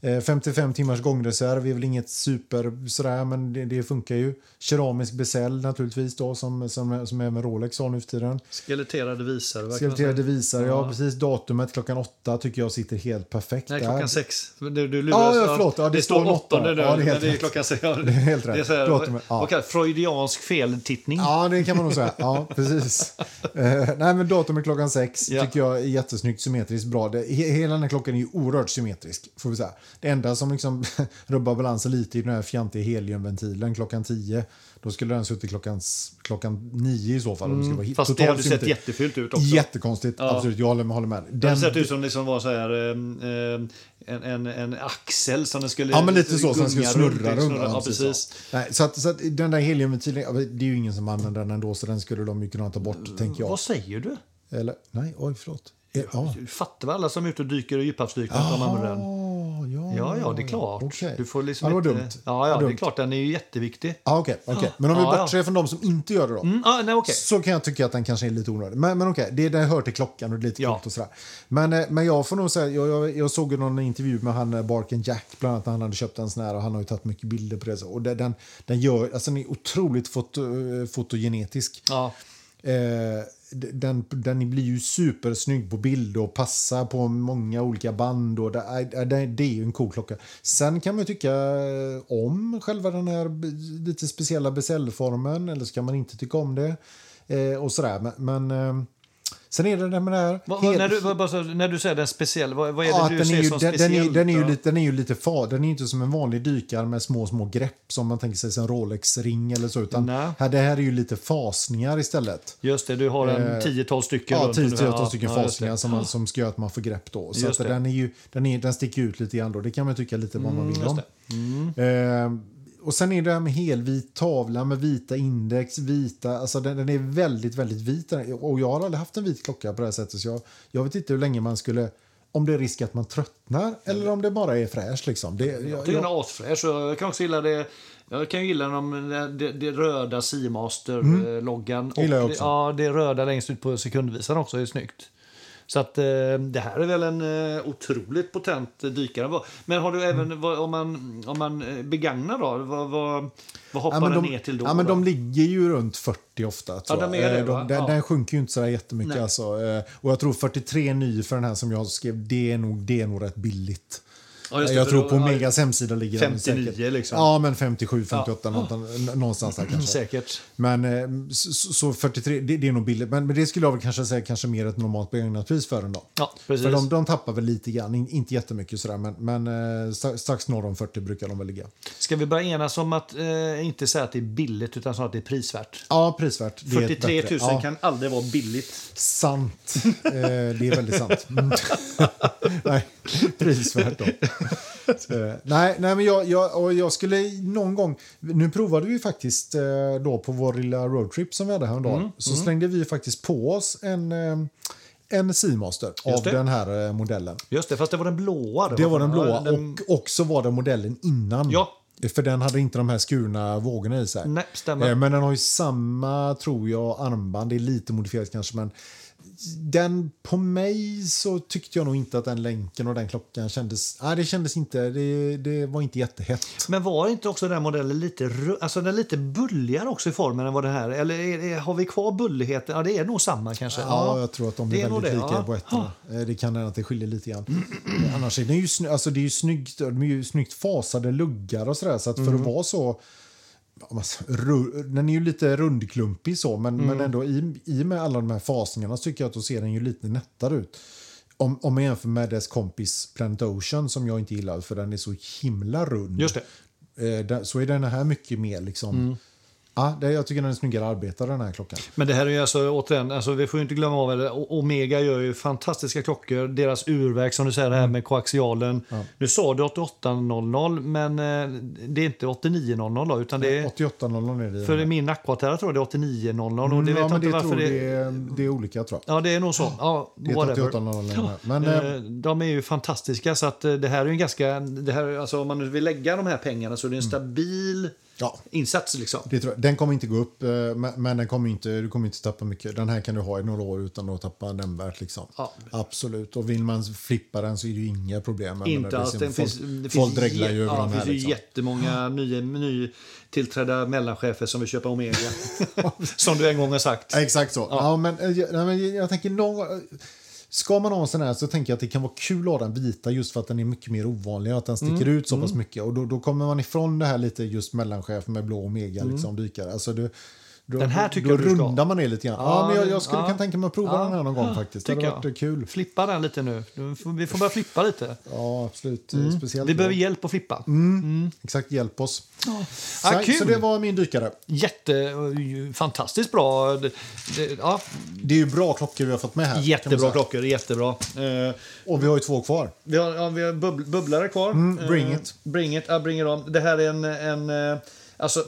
S2: Eh, 55 timmars gångreserv är väl inget super sådär, men det, det funkar ju. Keramisk bezel naturligtvis då som, som, som även Rolex har nu för tiden.
S1: Skeletterade visare. verkligen.
S2: Skelterade visare, ja.
S1: Ja.
S2: precis. Datumet klockan åtta tycker jag sitter helt perfekt
S1: Nej,
S2: där.
S1: klockan sex. Men Du, du
S2: Ja,
S1: luras.
S2: ja, förlåt. Ja, det står en åtta.
S1: åttonde nu.
S2: Ja, det är
S1: men
S2: helt
S1: det är
S2: rätt.
S1: klockan sex. Ja,
S2: Det är helt rätt.
S1: Det är så här,
S2: Förlåt mig. Ja.
S1: vad kallar- freudiansk feltittning.
S2: Ja, det kan man nog säga. Ja, precis. Eh, nej, men datumet klockan sex
S1: Ja.
S2: tycker jag är jättesnyggt symmetriskt bra. Det, he, hela den här klockan är ju oerhört symmetrisk. Får vi säga. Det enda som liksom rubbar balansen lite är den här fjantiga heliumventilen klockan tio. Då skulle den suttit klockan, s- klockan nio i så fall. om det skulle vara he-
S1: Mm. Fast det
S2: totalt
S1: hade sett
S2: symmetriskt.
S1: jättefult ut också.
S2: Jättekonstigt,
S1: Ja.
S2: absolut. Jag håller, håller med.
S1: Det
S2: Den,
S1: hade sett ut som liksom var så här, ehm, ehm, en, en, en axel som den skulle
S2: Ja, men lite så. Sen
S1: gunga
S2: ska snurra runt.
S1: Ja, precis.
S2: ja. Nej, så att, så att den där heliumventilen, ja, det är ju ingen som använder den ändå så den skulle de ju kunna ta
S1: Mm.
S2: bort, tänker jag.
S1: Vad säger du?
S2: Eller, nej, oj, förlåt. Eh, Ja.
S1: Du fattar väl alla som är ute och dyker i djuphavsdyket att de använder den?
S2: Ah, ja,
S1: Ja, ja, det är klart.
S2: Okej.
S1: Du får liksom
S2: ja, det var
S1: inte...
S2: dumt.
S1: Ja, ja,
S2: Vad
S1: det är
S2: dumt.
S1: klart. Den är ju jätteviktig.
S2: Ah, okej, okej. Men om vi
S1: Ja, ja.
S2: bortser från de som inte gör det då.
S1: Mm, ah, nej, okej.
S2: Så kan jag tycka att den kanske är lite onödig. Men, men okej, det, det hör till klockan och det är lite
S1: Ja.
S2: coolt och sådär. Men, eh, men jag får nog säga, jag, jag, jag såg ju någon intervju med han eh, Barken Jack bland annat när han hade köpt en sån här och han har ju tagit mycket bilder på det. så. Och den, den, den, gör, alltså, den är otroligt foto, eh, fotogenetisk.
S1: Ja.
S2: Eh, d- den, den blir ju supersnygg på bild och passar på många olika band. Och det, är- det, är- det är ju en cool klocka. Sen kan man ju tycka eh, om själva den här b- lite speciella bezelformen eller så kan man inte tycka om det. Eh, och sådär. Men, men eh, sen är det det med det här...
S1: Vad- vad-
S2: helt-
S1: när, du, vad- bara så- när du säger den speciell, vad, vad är det
S2: Ja, att
S1: du
S2: den,
S1: ser
S2: är ju,
S1: som
S2: den, den, är,
S1: speciellt?
S2: den, är ju
S1: då?
S2: lite, den är ju lite far. Den är ju inte som en vanlig dykare med små, små grepp som man tänker sig som en Rolex-ring eller så. Utan
S1: Nej.
S2: här, det här är ju lite fasningar istället.
S1: Just det, du har en
S2: Eh,
S1: tiotal stycken.
S2: Ja,
S1: runt
S2: tio,
S1: ungefär.
S2: tio, tio stycken
S1: ja, just det.
S2: fasningar som, man, som ska göra att man får grepp då. Så att
S1: Just det.
S2: den, är ju, den, är, den sticker ut lite grann då. Det kan man tycka lite vad
S1: Mm,
S2: man vill om. Eh, och sen är det här med helvit tavla med vita index, vita, alltså den, den är väldigt, väldigt vit. den här. Och jag har aldrig haft en vit klocka på det här sättet så jag, jag vet inte hur länge man skulle, om det är risk att man tröttnar eller om det bara är fräscht liksom. Det,
S1: Jag
S2: jag,
S1: tycker den
S2: jag,
S1: Mm. är asfräsch. och Jag kan också gilla det. Jag kan ju gilla de, det, det röda Seamaster-loggan.
S2: Mm. Gillar jag
S1: Och det-
S2: också.
S1: Ja, det röda längst ut på sekundvisaren också är snyggt. Så att eh, det här är väl en eh, otroligt potent dykare. Vad- Men har du
S2: Mm.
S1: även, vad, om, man, om man eh, begagnar då, vad, vad, vad hoppar
S2: Ja, men
S1: den
S2: de,
S1: ner till då?
S2: ja, men
S1: då?
S2: de ligger ju runt 40 ofta. Tror
S1: Ja, de är
S2: jag.
S1: det,
S2: Eh,
S1: va?
S2: den,
S1: Ja.
S2: den sjunker ju inte så där jättemycket.
S1: Nej.
S2: Alltså. Eh, Och jag tror 43 ny för den här som jag skrev, det är nog, det är nog rätt billigt.
S1: Ja, just det,
S2: jag
S1: för
S2: tror
S1: då-
S2: på
S1: ja,
S2: Megas hemsida ligger den
S1: 59
S2: säkert.
S1: liksom.
S2: Ja, men 57, 58 någonstans- någonstans där kanske.
S1: Säkert.
S2: Men eh, så, så- så 43, det, det är nog billigt. Men, men det skulle jag väl kanske säga kanske mer ett normalt begagnat pris för den då.
S1: Ja, precis.
S2: För de, de tappar väl lite grann, in, inte jättemycket sådär, men, men eh, stra- strax norr om 40 brukar de väl ligga.
S1: Ska vi börja enas om att eh, inte säga att det är billigt utan snarare att det är prisvärt?
S2: Ja, prisvärt. Det är ett
S1: 43 000
S2: bättre- ja.
S1: kan aldrig vara billigt.
S2: Sant. Eh, det är väldigt sant. Mm. nej, prisvärt då. Eh, nej, nej, men jag, jag, och jag skulle någon gång... Nu provade vi faktiskt eh, då på vår lilla roadtrip som vi hade häromdagen. så slängde vi faktiskt på oss en, eh, en Seamaster av
S1: det.
S2: den här eh, modellen.
S1: Just det, fast det var den blåa.
S2: Det var den blåa
S1: Ja, den-
S2: och också var den modellen innan.
S1: Ja.
S2: För den hade inte de här skurna vågorna i sig.
S1: Nej, stämmer.
S2: Eh, Men den har ju samma, tror jag, armband. Det är lite modifierat kanske, men den på mig så tyckte jag nog inte att den länken och den klockan kändes... Nej, det kändes inte. Det, det var inte jättehett.
S1: Men var inte också den här modellen lite, ru- alltså den är lite bulligare också i formen än vad den här? Eller är, är, har vi kvar bulligheten? Ja, det är nog samma kanske.
S2: Ja, jag tror att de
S1: det
S2: är,
S1: nog
S2: väldigt
S1: det,
S2: lika
S1: ja.
S2: på ettorna. Eh, Det kan hända att det skiljer lite grann. Eh, Annars är det ju, sny- alltså det är ju, snyggt, de är ju snyggt fasade luggar och sådär. Så att för
S1: Mm.
S2: att vara så... ja, man s- ru- Den är ju lite rundklumpig så, men,
S1: Mm.
S2: men ändå i, i och med alla de här fasningarna så tycker jag att då ser den ju lite nättare ut. Om, om man jämför med dess kompis Planet Ocean som jag inte gillar för den är så himla rund.
S1: Just det. Mm.
S2: Eh, där, så är den här mycket mer liksom... Ja, det, jag tycker den är snyggare arbetad den här klockan.
S1: Men det här är ju alltså, återigen, alltså, vi får ju inte glömma av det. O- Omega gör ju fantastiska klockor. Deras urverk, som du säger, det här med koaxialen. Nu sa du 8800, men eh, det är inte 8900 då, utan det är...
S2: 8800 är det. i
S1: För
S2: den här.
S1: min Aquaterra tror jag det är 8900 och det vet
S2: Eh. Mm, ja,
S1: jag
S2: men
S1: inte
S2: det
S1: varför
S2: tror
S1: det...
S2: det... är- det är olika tror jag.
S1: Ja, det är nog så. Ja,
S2: Det är
S1: whatever.
S2: 8800 i den här. Men eh,
S1: Eh, De är ju fantastiska. Så att eh, det här är ju en ganska... Det här, alltså, om man nu vill lägga de här pengarna så är det en stabil
S2: Mm. ja,
S1: insats. Liksom.
S2: det tror jag. den kommer inte gå upp, eh, men men den kommer inte, du kommer inte tappa mycket. Den här kan du ha i några år utan att tappa nämnvärt. Liksom.
S1: Ja.
S2: Absolut. Och vill man flippa den så är det ju inga problem. Jag menar,
S1: Inte
S2: det
S1: alls.
S2: ser-
S1: Det
S2: folk,
S1: finns, det
S2: folk
S1: finns,
S2: dreglar ju
S1: jä-
S2: över
S1: ja,
S2: de
S1: det
S2: här.
S1: finns ju
S2: Liksom.
S1: jättemånga nya, nytillträdda mellanchefer som vill köpa Omega. som du en gång har sagt.
S2: Exakt så. Ja. men, eh, jag- nej, men jag, jag tänker någon, eh, Ska man ha en sån här så tänker jag att det kan vara kul att ha den vita just för att den är mycket mer ovanlig och att den sticker
S1: Mm,
S2: ut så pass mycket. Och då, då kommer man ifrån det här lite just mellanchef med blå omega liksom dykare. Alltså du, då,
S1: Mm. Den här tycker
S2: då
S1: jag du ska
S2: rundar man det lite grann. Ja,
S1: Ja,
S2: men jag,
S1: den-
S2: jag skulle
S1: ja.
S2: kunna tänka mig att prova
S1: Ja.
S2: den här någon gång faktiskt. Det
S1: tycker
S2: hade varit eh,
S1: jag.
S2: kul.
S1: Flippa den lite nu. Nu får- Vi får börja flippa lite.
S2: Ja, absolut. Eh, Speciellt.
S1: Mm. Vi behöver hjälp att flippa.
S2: Exakt, hjälp oss. Så,
S1: Ah,
S2: så
S1: kul!
S2: det var min dykare.
S1: Jätte... Fantastiskt bra. Det, det, ja.
S2: Det är ju bra klockor vi har fått med här. kan man
S1: Jättebra
S2: säga.
S1: klockor. Jättebra. Eh,
S2: Och vi har ju två kvar.
S1: Vi har, ja, vi har bubbl- bubblare kvar.
S2: Mm, bring
S1: Eh,
S2: it.
S1: Bring it, ja, bring it on. Det här är en... en eh, alltså,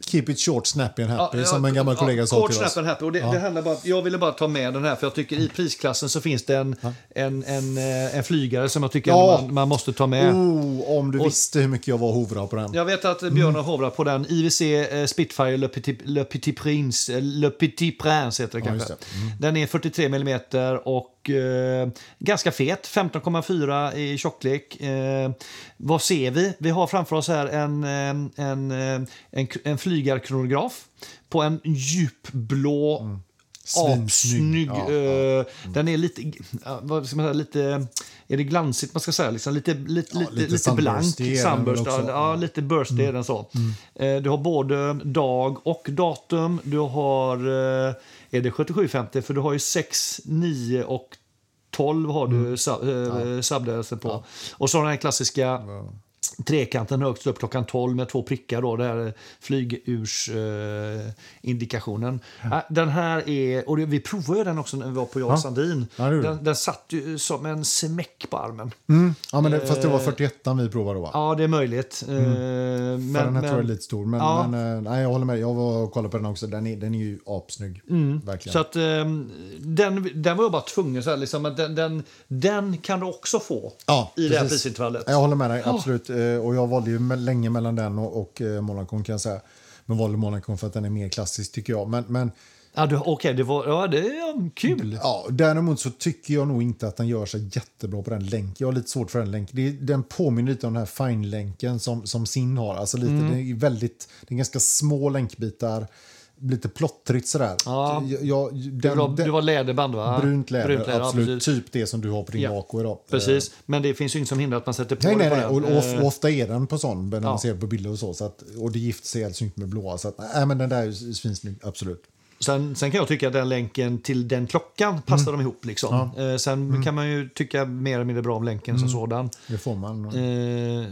S2: Keep it short, snappy and happy,
S1: ja,
S2: som en gammal
S1: ja,
S2: kollega sa
S1: kort,
S2: till oss.
S1: snabbt and happy. Och det, det handlar bara, jag ville bara ta med den här, för jag tycker i prisklassen så finns det en, en, en, eh, en flygare som jag tycker
S2: Ja.
S1: man, man måste ta med.
S2: Oh, om du visste hur mycket jag var hovra på den.
S1: Jag vet att Björn
S2: Mm.
S1: har hovrat på den. IWC eh, Spitfire Le Petit, Le Petit Prince, eh, Le Petit Prince heter det
S2: Ja,
S1: kanske.
S2: just
S1: Den är 43 mm och eh, ganska fet. 15,4 i tjocklek. Eh, vad ser vi? Vi har framför oss här en, eh, en, eh, en, en flygarkronograf på en djupblå
S2: Mm.
S1: Apsnygg.
S2: Svinsnygg. Ja,
S1: eh, Den är lite, ja, vad ska man säga, lite, är det glansigt man ska säga? Liksom lite, lite,
S2: Ja,
S1: lite,
S2: lite
S1: lite,
S2: sunburst
S1: blank.
S2: är den
S1: Sunburst,
S2: väl också. Mm.
S1: ja, ja, lite burst är den så. Eh, Du har både dag och datum. Du har, eh, är det 7750? För du har ju 6, 9 och 12 har du
S2: Mm.
S1: sub, eh, subdelelse på. Och så har du den här klassiska trekanten högst upp klockan 12 med två prickar. Då, det här flygursindikationen. Eh, indikationen. Äh, Den här är, och det- vi provade ju den också när vi var på Jarl
S2: Ja.
S1: Sandin.
S2: Ja, det gjorde
S1: den, den satt ju som en smäck på armen.
S2: Mm. Ja, men det, fast det var 41 vi provade då, va?
S1: eh, Ja, det är möjligt. Eh, men,
S2: men, den här
S1: men-
S2: tror Mm. jag är lite stor. Men,
S1: Ja.
S2: men, eh, nej, jag håller med. Jag var och kollade på den också. Den är, den är ju apsnygg. Verkligen.
S1: Mm. Så att ehm, den, den var jag bara tvungen så här, liksom, att den, den, den kan du också få
S2: Ja,
S1: i det här
S2: precis.
S1: prisintervallet.
S2: Jag håller med dig, absolut. Eh, Och jag valde ju me- länge mellan den och, och eh, Monaco kan jag säga. Men valde Monaco för att den är mer klassisk tycker jag. Men, men
S1: Ja, du, okej, det var ja, det är ja, kul.
S2: ja, däremot så tycker jag nog inte att den gör sig jättebra på den länken. Jag har lite svårt för den länken. Det, den påminner lite om den här fine-länken som, som sin har. Alltså lite,
S1: Mm.
S2: det, är väldigt, det är ganska små länkbitar. Lite plottrigt sådär.
S1: Ja.
S2: Jag, jag,
S1: Du
S2: den,
S1: var,
S2: den-
S1: du var läderband, va?
S2: brunt läder,
S1: ja,
S2: absolut.
S1: precis.
S2: typ det som du har på din
S1: Ja,
S2: Waco idag. Eh,
S1: Precis, men det finns ju inget som hindrar att man sätter på
S2: Nej,
S1: det
S2: nej,
S1: på
S2: nej.
S1: den.
S2: Och, och,
S1: Eh,
S2: och ofta är den på sån, men när
S1: Ja.
S2: man ser på bilder och så. så att, och det gifter sig alltså inte med blåa. Så att, nej, men den där är ju svinsnygg, absolut.
S1: Sen, sen kan jag tycka att den länken till den
S2: Mm.
S1: klockan passar de ihop. Liksom. Eh, sen kan man ju tycka mer eller mindre bra om länken som sådan.
S2: Det får man.
S1: Eh,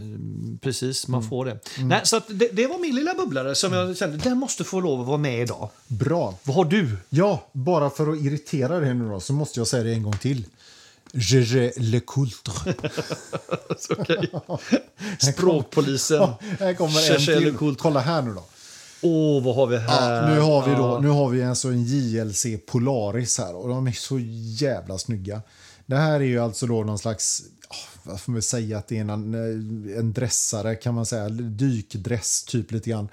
S1: precis,
S2: Mm.
S1: man får det. Nej, så att det, det var min lilla bubblare som jag kände, den måste få lov att vara med idag.
S2: Bra.
S1: Vad har du?
S2: Ja, bara för att irritera dig nu då, så måste jag säga det en gång till. Gégé Le Coultre.
S1: Okej. Språkpolisen.
S2: Här kommer en
S1: Gégé Le
S2: till.
S1: Coultre.
S2: Kolla här nu då.
S1: Åh, vad har vi
S2: Ja,
S1: här?
S2: nu har vi, då, nu har vi alltså en JLC Polaris här och de är så jävla snygga. Det här är ju alltså då någon slags, ah, vad får man säga att det är en, eh, en dressare kan man säga, dykdress typ lite grann.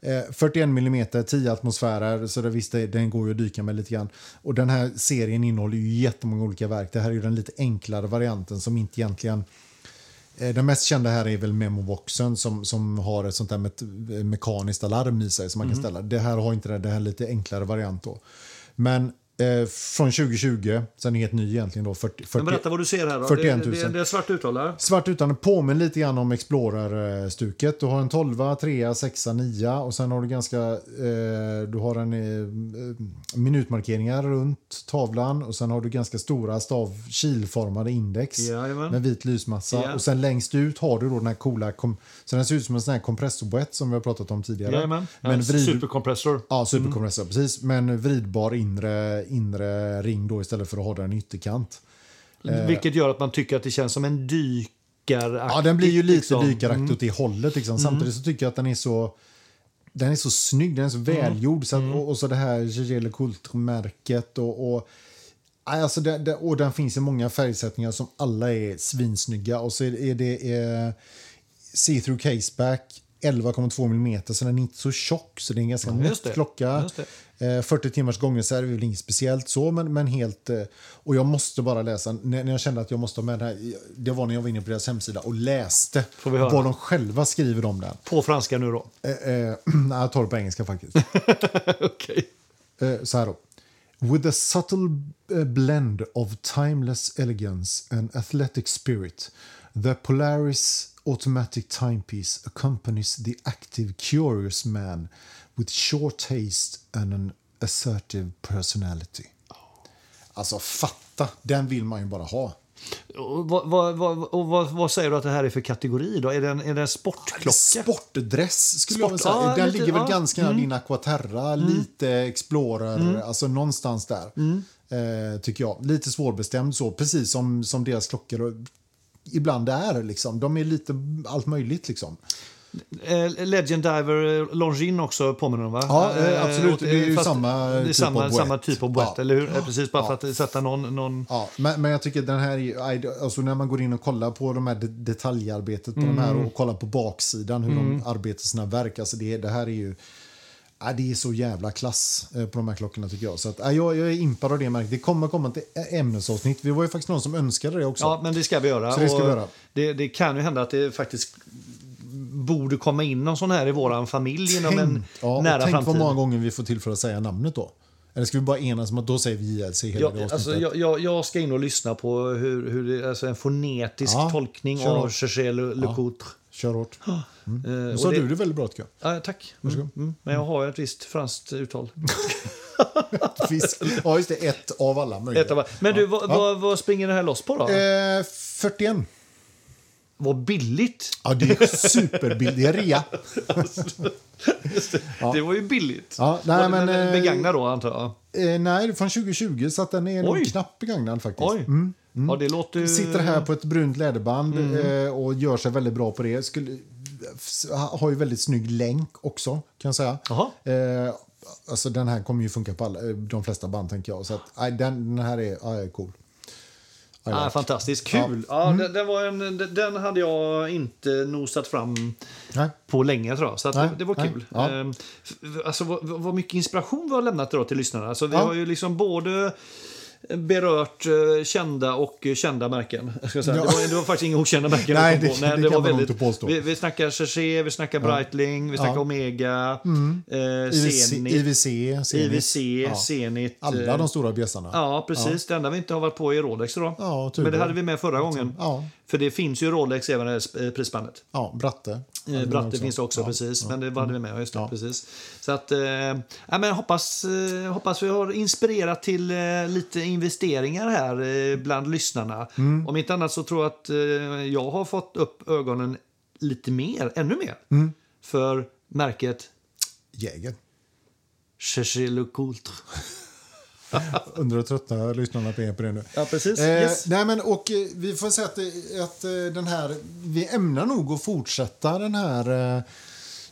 S2: Eh, 41 mm, 10 atmosfärer, så det, visst det- den går ju att dyka med lite grann. Och den här serien innehåller ju jättemånga olika verk. Det här är ju den lite enklare varianten som inte egentligen Eh, Den mest kända här är väl Memoboxen som, som har ett sånt där med ett
S1: Mhm.
S2: mekaniskt alarm i sig som man kan ställa. Det här har inte det, det här är en lite enklare variant då. Men Eh, från 2020, sen är helt ny egentligen då. 40, 40,
S1: Men berätta vad du ser här. Då.
S2: 41 000.
S1: Det, det, det är svart uthållare.
S2: Svart utan påminner lite grann om Explorer-stuket. Du har en 12, 3, 6, 9 och sen har du ganska... Eh, du har en eh, minutmarkeringar runt tavlan och sen har du ganska stora stav, kilformade index
S1: Jajamän.
S2: med vit lysmassa.
S1: Ja.
S2: Och sen längst ut har du då den här coola... Kom- så den ser ut som en sån här kompressorboett som vi har pratat om tidigare.
S1: Jajamän.
S2: Men
S1: Ja, Mm.
S2: vrid,
S1: Superkompressor.
S2: Ja, superkompressor, precis. Men vridbar inre, inre ring då istället för att ha den i ytterkant.
S1: Vilket gör att man tycker att det känns som en dykaraktig.
S2: Eh. Ja, den blir ju lite
S1: liksom. Mm.
S2: dykaraktig åt det hållet. Liksom. Samtidigt så tycker jag att den är så den är så snygg, den är
S1: Mm.
S2: så välgjord. Så att, och, och så det här Gigele Kult-märket. Och, och, nej, alltså det, det, och den finns i många färgsättningar som alla är svinsnygga. Och så är, är det eh, see-through caseback, 11,2 mm, så den är inte så tjock. Så det är en ganska
S1: just
S2: nätt
S1: det.
S2: klocka.
S1: Just det.
S2: Eh, 40 timmars gångerserv är väl inget speciellt så, men, men helt... eh, Och jag måste bara läsa, när, när jag kände att jag måste ha med det här, det var när jag var inne på deras hemsida och läste
S1: Får vi höra?
S2: vad de själva skriver om den.
S1: På franska nu då.
S2: Eh, eh, nej, jag tar det på engelska faktiskt.
S1: Okej.
S2: Eh, så här då. With a subtle eh, blend of timeless elegance and athletic spirit, the Polaris automatic timepiece accompanies the active, curious man with sure taste and an assertive personality. Alltså fatta, den vill man ju bara ha.
S1: Och vad, vad, vad, och vad, vad säger du att det här är för kategori? då? Är det en, är det en sportklocka?
S2: Sportdress skulle jag
S1: Sport-
S2: vilja säga.
S1: ja,
S2: den
S1: lite,
S2: ligger väl
S1: ja. Mm.
S2: ganska nära din Aquaterra, lite Explorer, alltså någonstans där.
S1: Mm.
S2: Eh, tycker jag. Lite svårbestämd så, precis som, som deras klockor ibland är. Liksom. De är lite allt möjligt liksom.
S1: Eh, Legend Diver eh, Longines också påminner om va?
S2: Ja, eh,
S1: Eh,
S2: absolut.
S1: åt-
S2: Det är ju
S1: fast
S2: samma
S1: det är
S2: typ
S1: samma,
S2: av boett.
S1: samma typ av boett,
S2: Ja.
S1: eller hur? Eh, Precis, bara för att sätta någon... någon...
S2: Ja, men, men jag tycker den här är ju- aj, det- alltså när man går in och kollar på de här de- detaljarbetet på de här
S1: Mm.
S2: och kollar på baksidan hur de arbetar sina verk. Alltså det, det här är ju ja, det är så jävla klass eh, på de här klockorna tycker jag. Så att, ja, jag, jag är impad av det märket. Det kommer komma till ä- ämnesavsnitt. Vi var ju faktiskt någon som önskade det också.
S1: Ja, men det ska vi göra.
S2: Så det ska vi
S1: Och
S2: göra.
S1: Det, det kan ju hända att det faktiskt borde komma in någon sån här i våran familj inom en
S2: ja, och
S1: nära
S2: tänk
S1: framtid.
S2: vad många gånger vi får tillfälle att säga namnet då. Eller ska vi bara enas om att då säger vi JLC hela det
S1: Jag,
S2: avsnittet?
S1: alltså, jag, jag, jag ska in och lyssna på hur, hur det, alltså en fonetisk
S2: Ja,
S1: tolkning
S2: kör
S1: av
S2: då.
S1: Cherchez Le, Le Coutre.
S2: Kör hårt.
S1: Eh,
S2: Nu
S1: och
S2: sa
S1: det-
S2: du det väldigt bra tycker
S1: Ja, tack. Mm, mm. Men jag har ju ett visst franskt uttal.
S2: jag. Fisk. Ja, just det. Ett av alla möjliga.
S1: Ett av- Men du, vad, vad, vad springer det här loss på då?
S2: Eh, 41.
S1: Vad billigt!
S2: Ja, det är superbilligt. Det är rea.
S1: Det var ju billigt.
S2: Ja, nej,
S1: Var-
S2: men, eh,
S1: begagnad då, antar jag?
S2: Eh, nej, från 2020, så att den är nog
S1: Oj.
S2: knappt begagnad faktiskt. Mm.
S1: Oj. Ja, det låter ju...
S2: Sitter här på ett brunt läderband
S1: Mm.
S2: eh, och gör sig väldigt bra på det. Skulle, s- ha- har ju väldigt snygg länk också, kan jag säga.
S1: Jaha.
S2: Eh, alltså, den här kommer ju funka på alla, eh, de flesta band, tänker jag. Så att, nej, den, den här är, ja, är cool. I
S1: Ah,
S2: like.
S1: fantastiskt kul! Ja.
S2: Mm.
S1: den, den, var en, den- den hade jag inte nosat fram
S2: Nej.
S1: på länge, tror jag. Så att
S2: Nej,
S1: det, det var
S2: nej,
S1: kul.
S2: ja.
S1: Ehm, f- f- Alltså, vad, vad vad mycket inspiration vi har lämnat då till lyssnarna. Alltså, vi
S2: Ja.
S1: har ju liksom både berört eh, kända och eh, kända märken. Ska jag säga.
S2: Ja.
S1: Det, var, det var faktiskt inga okända märken.
S2: Nej,
S1: vi kom på.
S2: det- det kan
S1: var
S2: man nog inte påstå.
S1: Vi, vi snackar Cherché, vi snackar Breitling, vi snackar Omega,
S2: Mm.
S1: eh,
S2: IVC,
S1: Zenit,
S2: IVC,
S1: IVC,
S2: Ja.
S1: Zenit. eh,
S2: Alla de stora bjässarna.
S1: Ja, precis. Det enda vi inte har varit på är Rolex då.
S2: Ja, tur
S1: Men det
S2: då.
S1: hade vi med förra gången.
S2: Ja.
S1: För det finns ju Rolex även i det här eh, prisspannet.
S2: Ja, Bratte.
S1: Eh, Bratte
S2: också.
S1: finns det också,
S2: Ja, Mm.
S1: precis. Men det hade vi med, just det,
S2: Ja.
S1: precis. Så att, eh, ja, men hoppas, eh, hoppas vi har inspirerat till eh, lite investeringar här eh, bland lyssnarna.
S2: Mm.
S1: Om inte annat så tror jag att eh, jag har fått upp ögonen lite mer, ännu mer,
S2: Mm.
S1: för märket
S2: Jäger.
S1: Cherchez Le Coultre.
S2: Undrar och tröttnar lyssnarna på er på det nu.
S1: Ja, precis.
S2: Eh,
S1: Yes.
S2: nej, men, och, eh, vi får säga att, det- att eh, den här, vi ämnar nog att fortsätta den här, eh,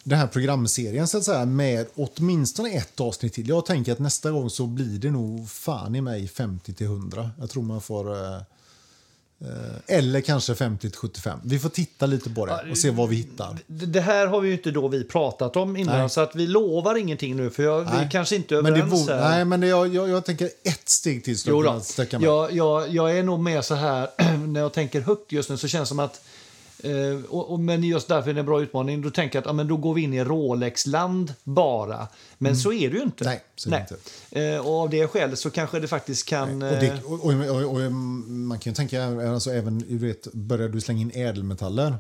S2: den här programserien så att säga, med åtminstone ett avsnitt till. Jag tänker att nästa gång så blir det nog fan i mig 50-100. Jag tror man får... Eh, eh, eller kanske 50-75. Vi får titta lite på det och se vad vi hittar.
S1: Det det här har vi ju inte då vi pratat om innan,
S2: Nej.
S1: så att vi lovar ingenting nu för jag, vi
S2: Nej.
S1: är kanske inte
S2: men det
S1: överens
S2: vore-
S1: här.
S2: Nej, men det, jag, jag, jag tänker ett steg till skulle
S1: Jo
S2: jag
S1: då.
S2: kunna sträcka mig.
S1: Jag, jag, jag är nog med så här, när jag tänker högt just nu så känns det som att Eh, och, och, men just därför är det en bra utmaning. Då tänker jag att ja, men då går vi in i Rolex-land bara. Men så är det ju inte.
S2: Mm. Nej, så är det
S1: inte. Eh, och av det skälet så kanske det faktiskt kan...
S2: Och,
S1: eh,
S2: det, och, och, och, och man kan ju tänka, alltså även, du vet, börjar du slänga in ädelmetaller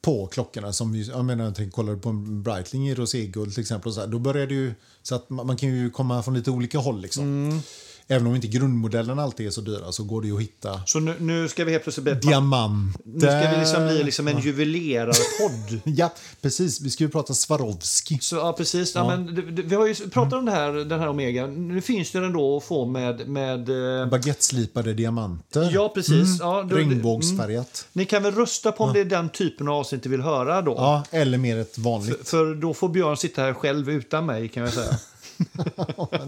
S2: på klockorna, som ju- jag menar, jag tänker, kollar du på en Breitling i roséguld till exempel, och så här, då börjar det ju, så att man, man kan ju komma från lite olika håll liksom.
S1: Mm.
S2: Även om inte grundmodellen alltid är så dyra så går det ju att hitta
S1: Så nu, nu ska vi helt plötsligt... bli-
S2: diamanter.
S1: Nu ska vi liksom bli liksom en juvelerarpodd.
S2: Ja, precis. Vi ska ju prata Swarovski.
S1: Så, ja, precis. Ja. men, det- det- vi har ju pratat
S2: Mm.
S1: om det här, den här Omega. Nu finns det den då att få med... med
S2: Mm.
S1: eh,
S2: Baguetteslipade diamanter.
S1: ja,
S2: Mm.
S1: precis. Ja, då- Mm.
S2: Regnbågsfärgat.
S1: Ni kan väl rösta på om det är den typen av avsnitt ni vill höra då.
S2: Ja, eller mer ett vanligt.
S1: För då får Björn sitta här själv utan mig kan jag säga.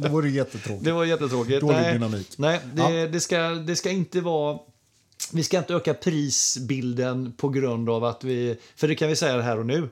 S2: det vore ju jättetråkigt.
S1: Det var jättetråkigt.
S2: Dålig
S1: nej,
S2: dynamik.
S1: Nej, det, det, ska, det ska inte vara... Vi ska inte öka prisbilden på grund av att vi... För det kan vi säga här och nu.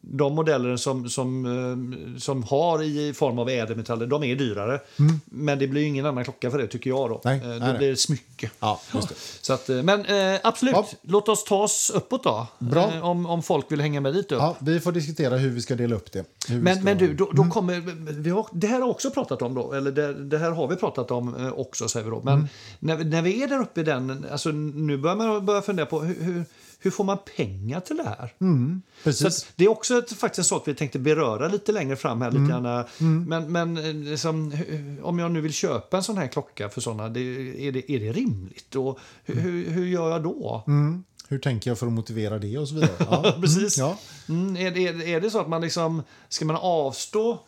S1: De modeller som, som, eh, som har i form av ädelmetaller, de är dyrare. Men det blir ju ingen annan klocka för det, tycker jag. Då,
S2: Mm. Nej,
S1: Eh,
S2: nej,
S1: då
S2: nej.
S1: blir det ett smycke.
S2: Ja, just det.
S1: Så att, eh, men eh, absolut,
S2: Ja.
S1: låt oss ta oss uppåt då.
S2: Bra.
S1: Eh, om, om folk vill hänga med dit upp.
S2: Ja, vi får diskutera hur vi ska dela upp det. Hur vi
S1: Men,
S2: ska...
S1: men du, då,
S2: Mm.
S1: då kommer, vi har, det här har också pratat om då, eller det, det här har vi pratat om eh, också säger vi då.
S2: Mm.
S1: Men när, vi- när vi är där uppe i den, alltså nu börjar man börja fundera på hur, hur, hur får man pengar till det här?
S2: Mm.
S1: Så
S2: Precis.
S1: att det är också ett, faktiskt en sak vi tänkte beröra lite längre fram här.
S2: Mm.
S1: Lite granna. Men, men eh, liksom, hur- om jag nu vill köpa en sån här klocka för sådana, det, är, det, är det rimligt? Och hur, hur, hur gör jag då?
S2: Mm. Hur tänker jag för att motivera det och så vidare? Ja,
S1: Precis.
S2: Ja.
S1: Mm, är, det- är, det- är det så att man liksom, ska man avstå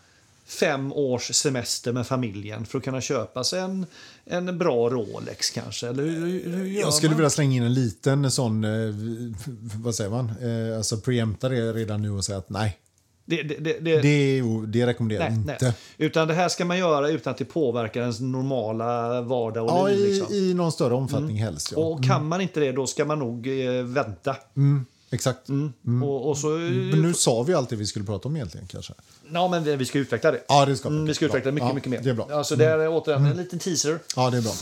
S1: fem års semester med familjen för att kunna köpa sig en, en bra Rolex kanske? Eller hur, hur, hur gör
S2: Jag skulle
S1: man?
S2: vilja slänga in en liten sån, eh, vad säger man, eh, alltså preempta det redan nu och säga att nej,
S1: Det, det, det, det,
S2: det, är ju- det rekommenderar jag
S1: nej,
S2: inte.
S1: nej. Utan det här ska man göra utan att det påverkar ens normala vardag och
S2: Ja,
S1: liv.
S2: i,
S1: Liksom.
S2: i någon större omfattning helst. Ja.
S1: Och kan man inte det, då ska man nog eh, vänta.
S2: Mm, exakt.
S1: Och, och så...
S2: Men nu sa vi allt det vi skulle prata om egentligen kanske.
S1: Ja, men vi, vi ska utveckla det.
S2: Ja, det ska vi.
S1: Mm, vi ska
S2: Bra.
S1: utveckla det mycket,
S2: Ja,
S1: mycket mer.
S2: det är bra. Mm.
S1: Alltså, det här är återigen en liten teaser.
S2: Ja, det är bra.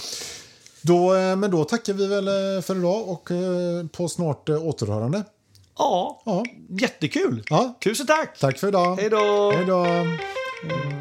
S2: Då, eh, men då tackar vi väl eh, för idag och eh, på snart eh, återhörande.
S1: Ja,
S2: Ja.
S1: jättekul!
S2: Ja.
S1: Tusen tack!
S2: Tack för idag.
S1: Hej då!
S2: Hej då.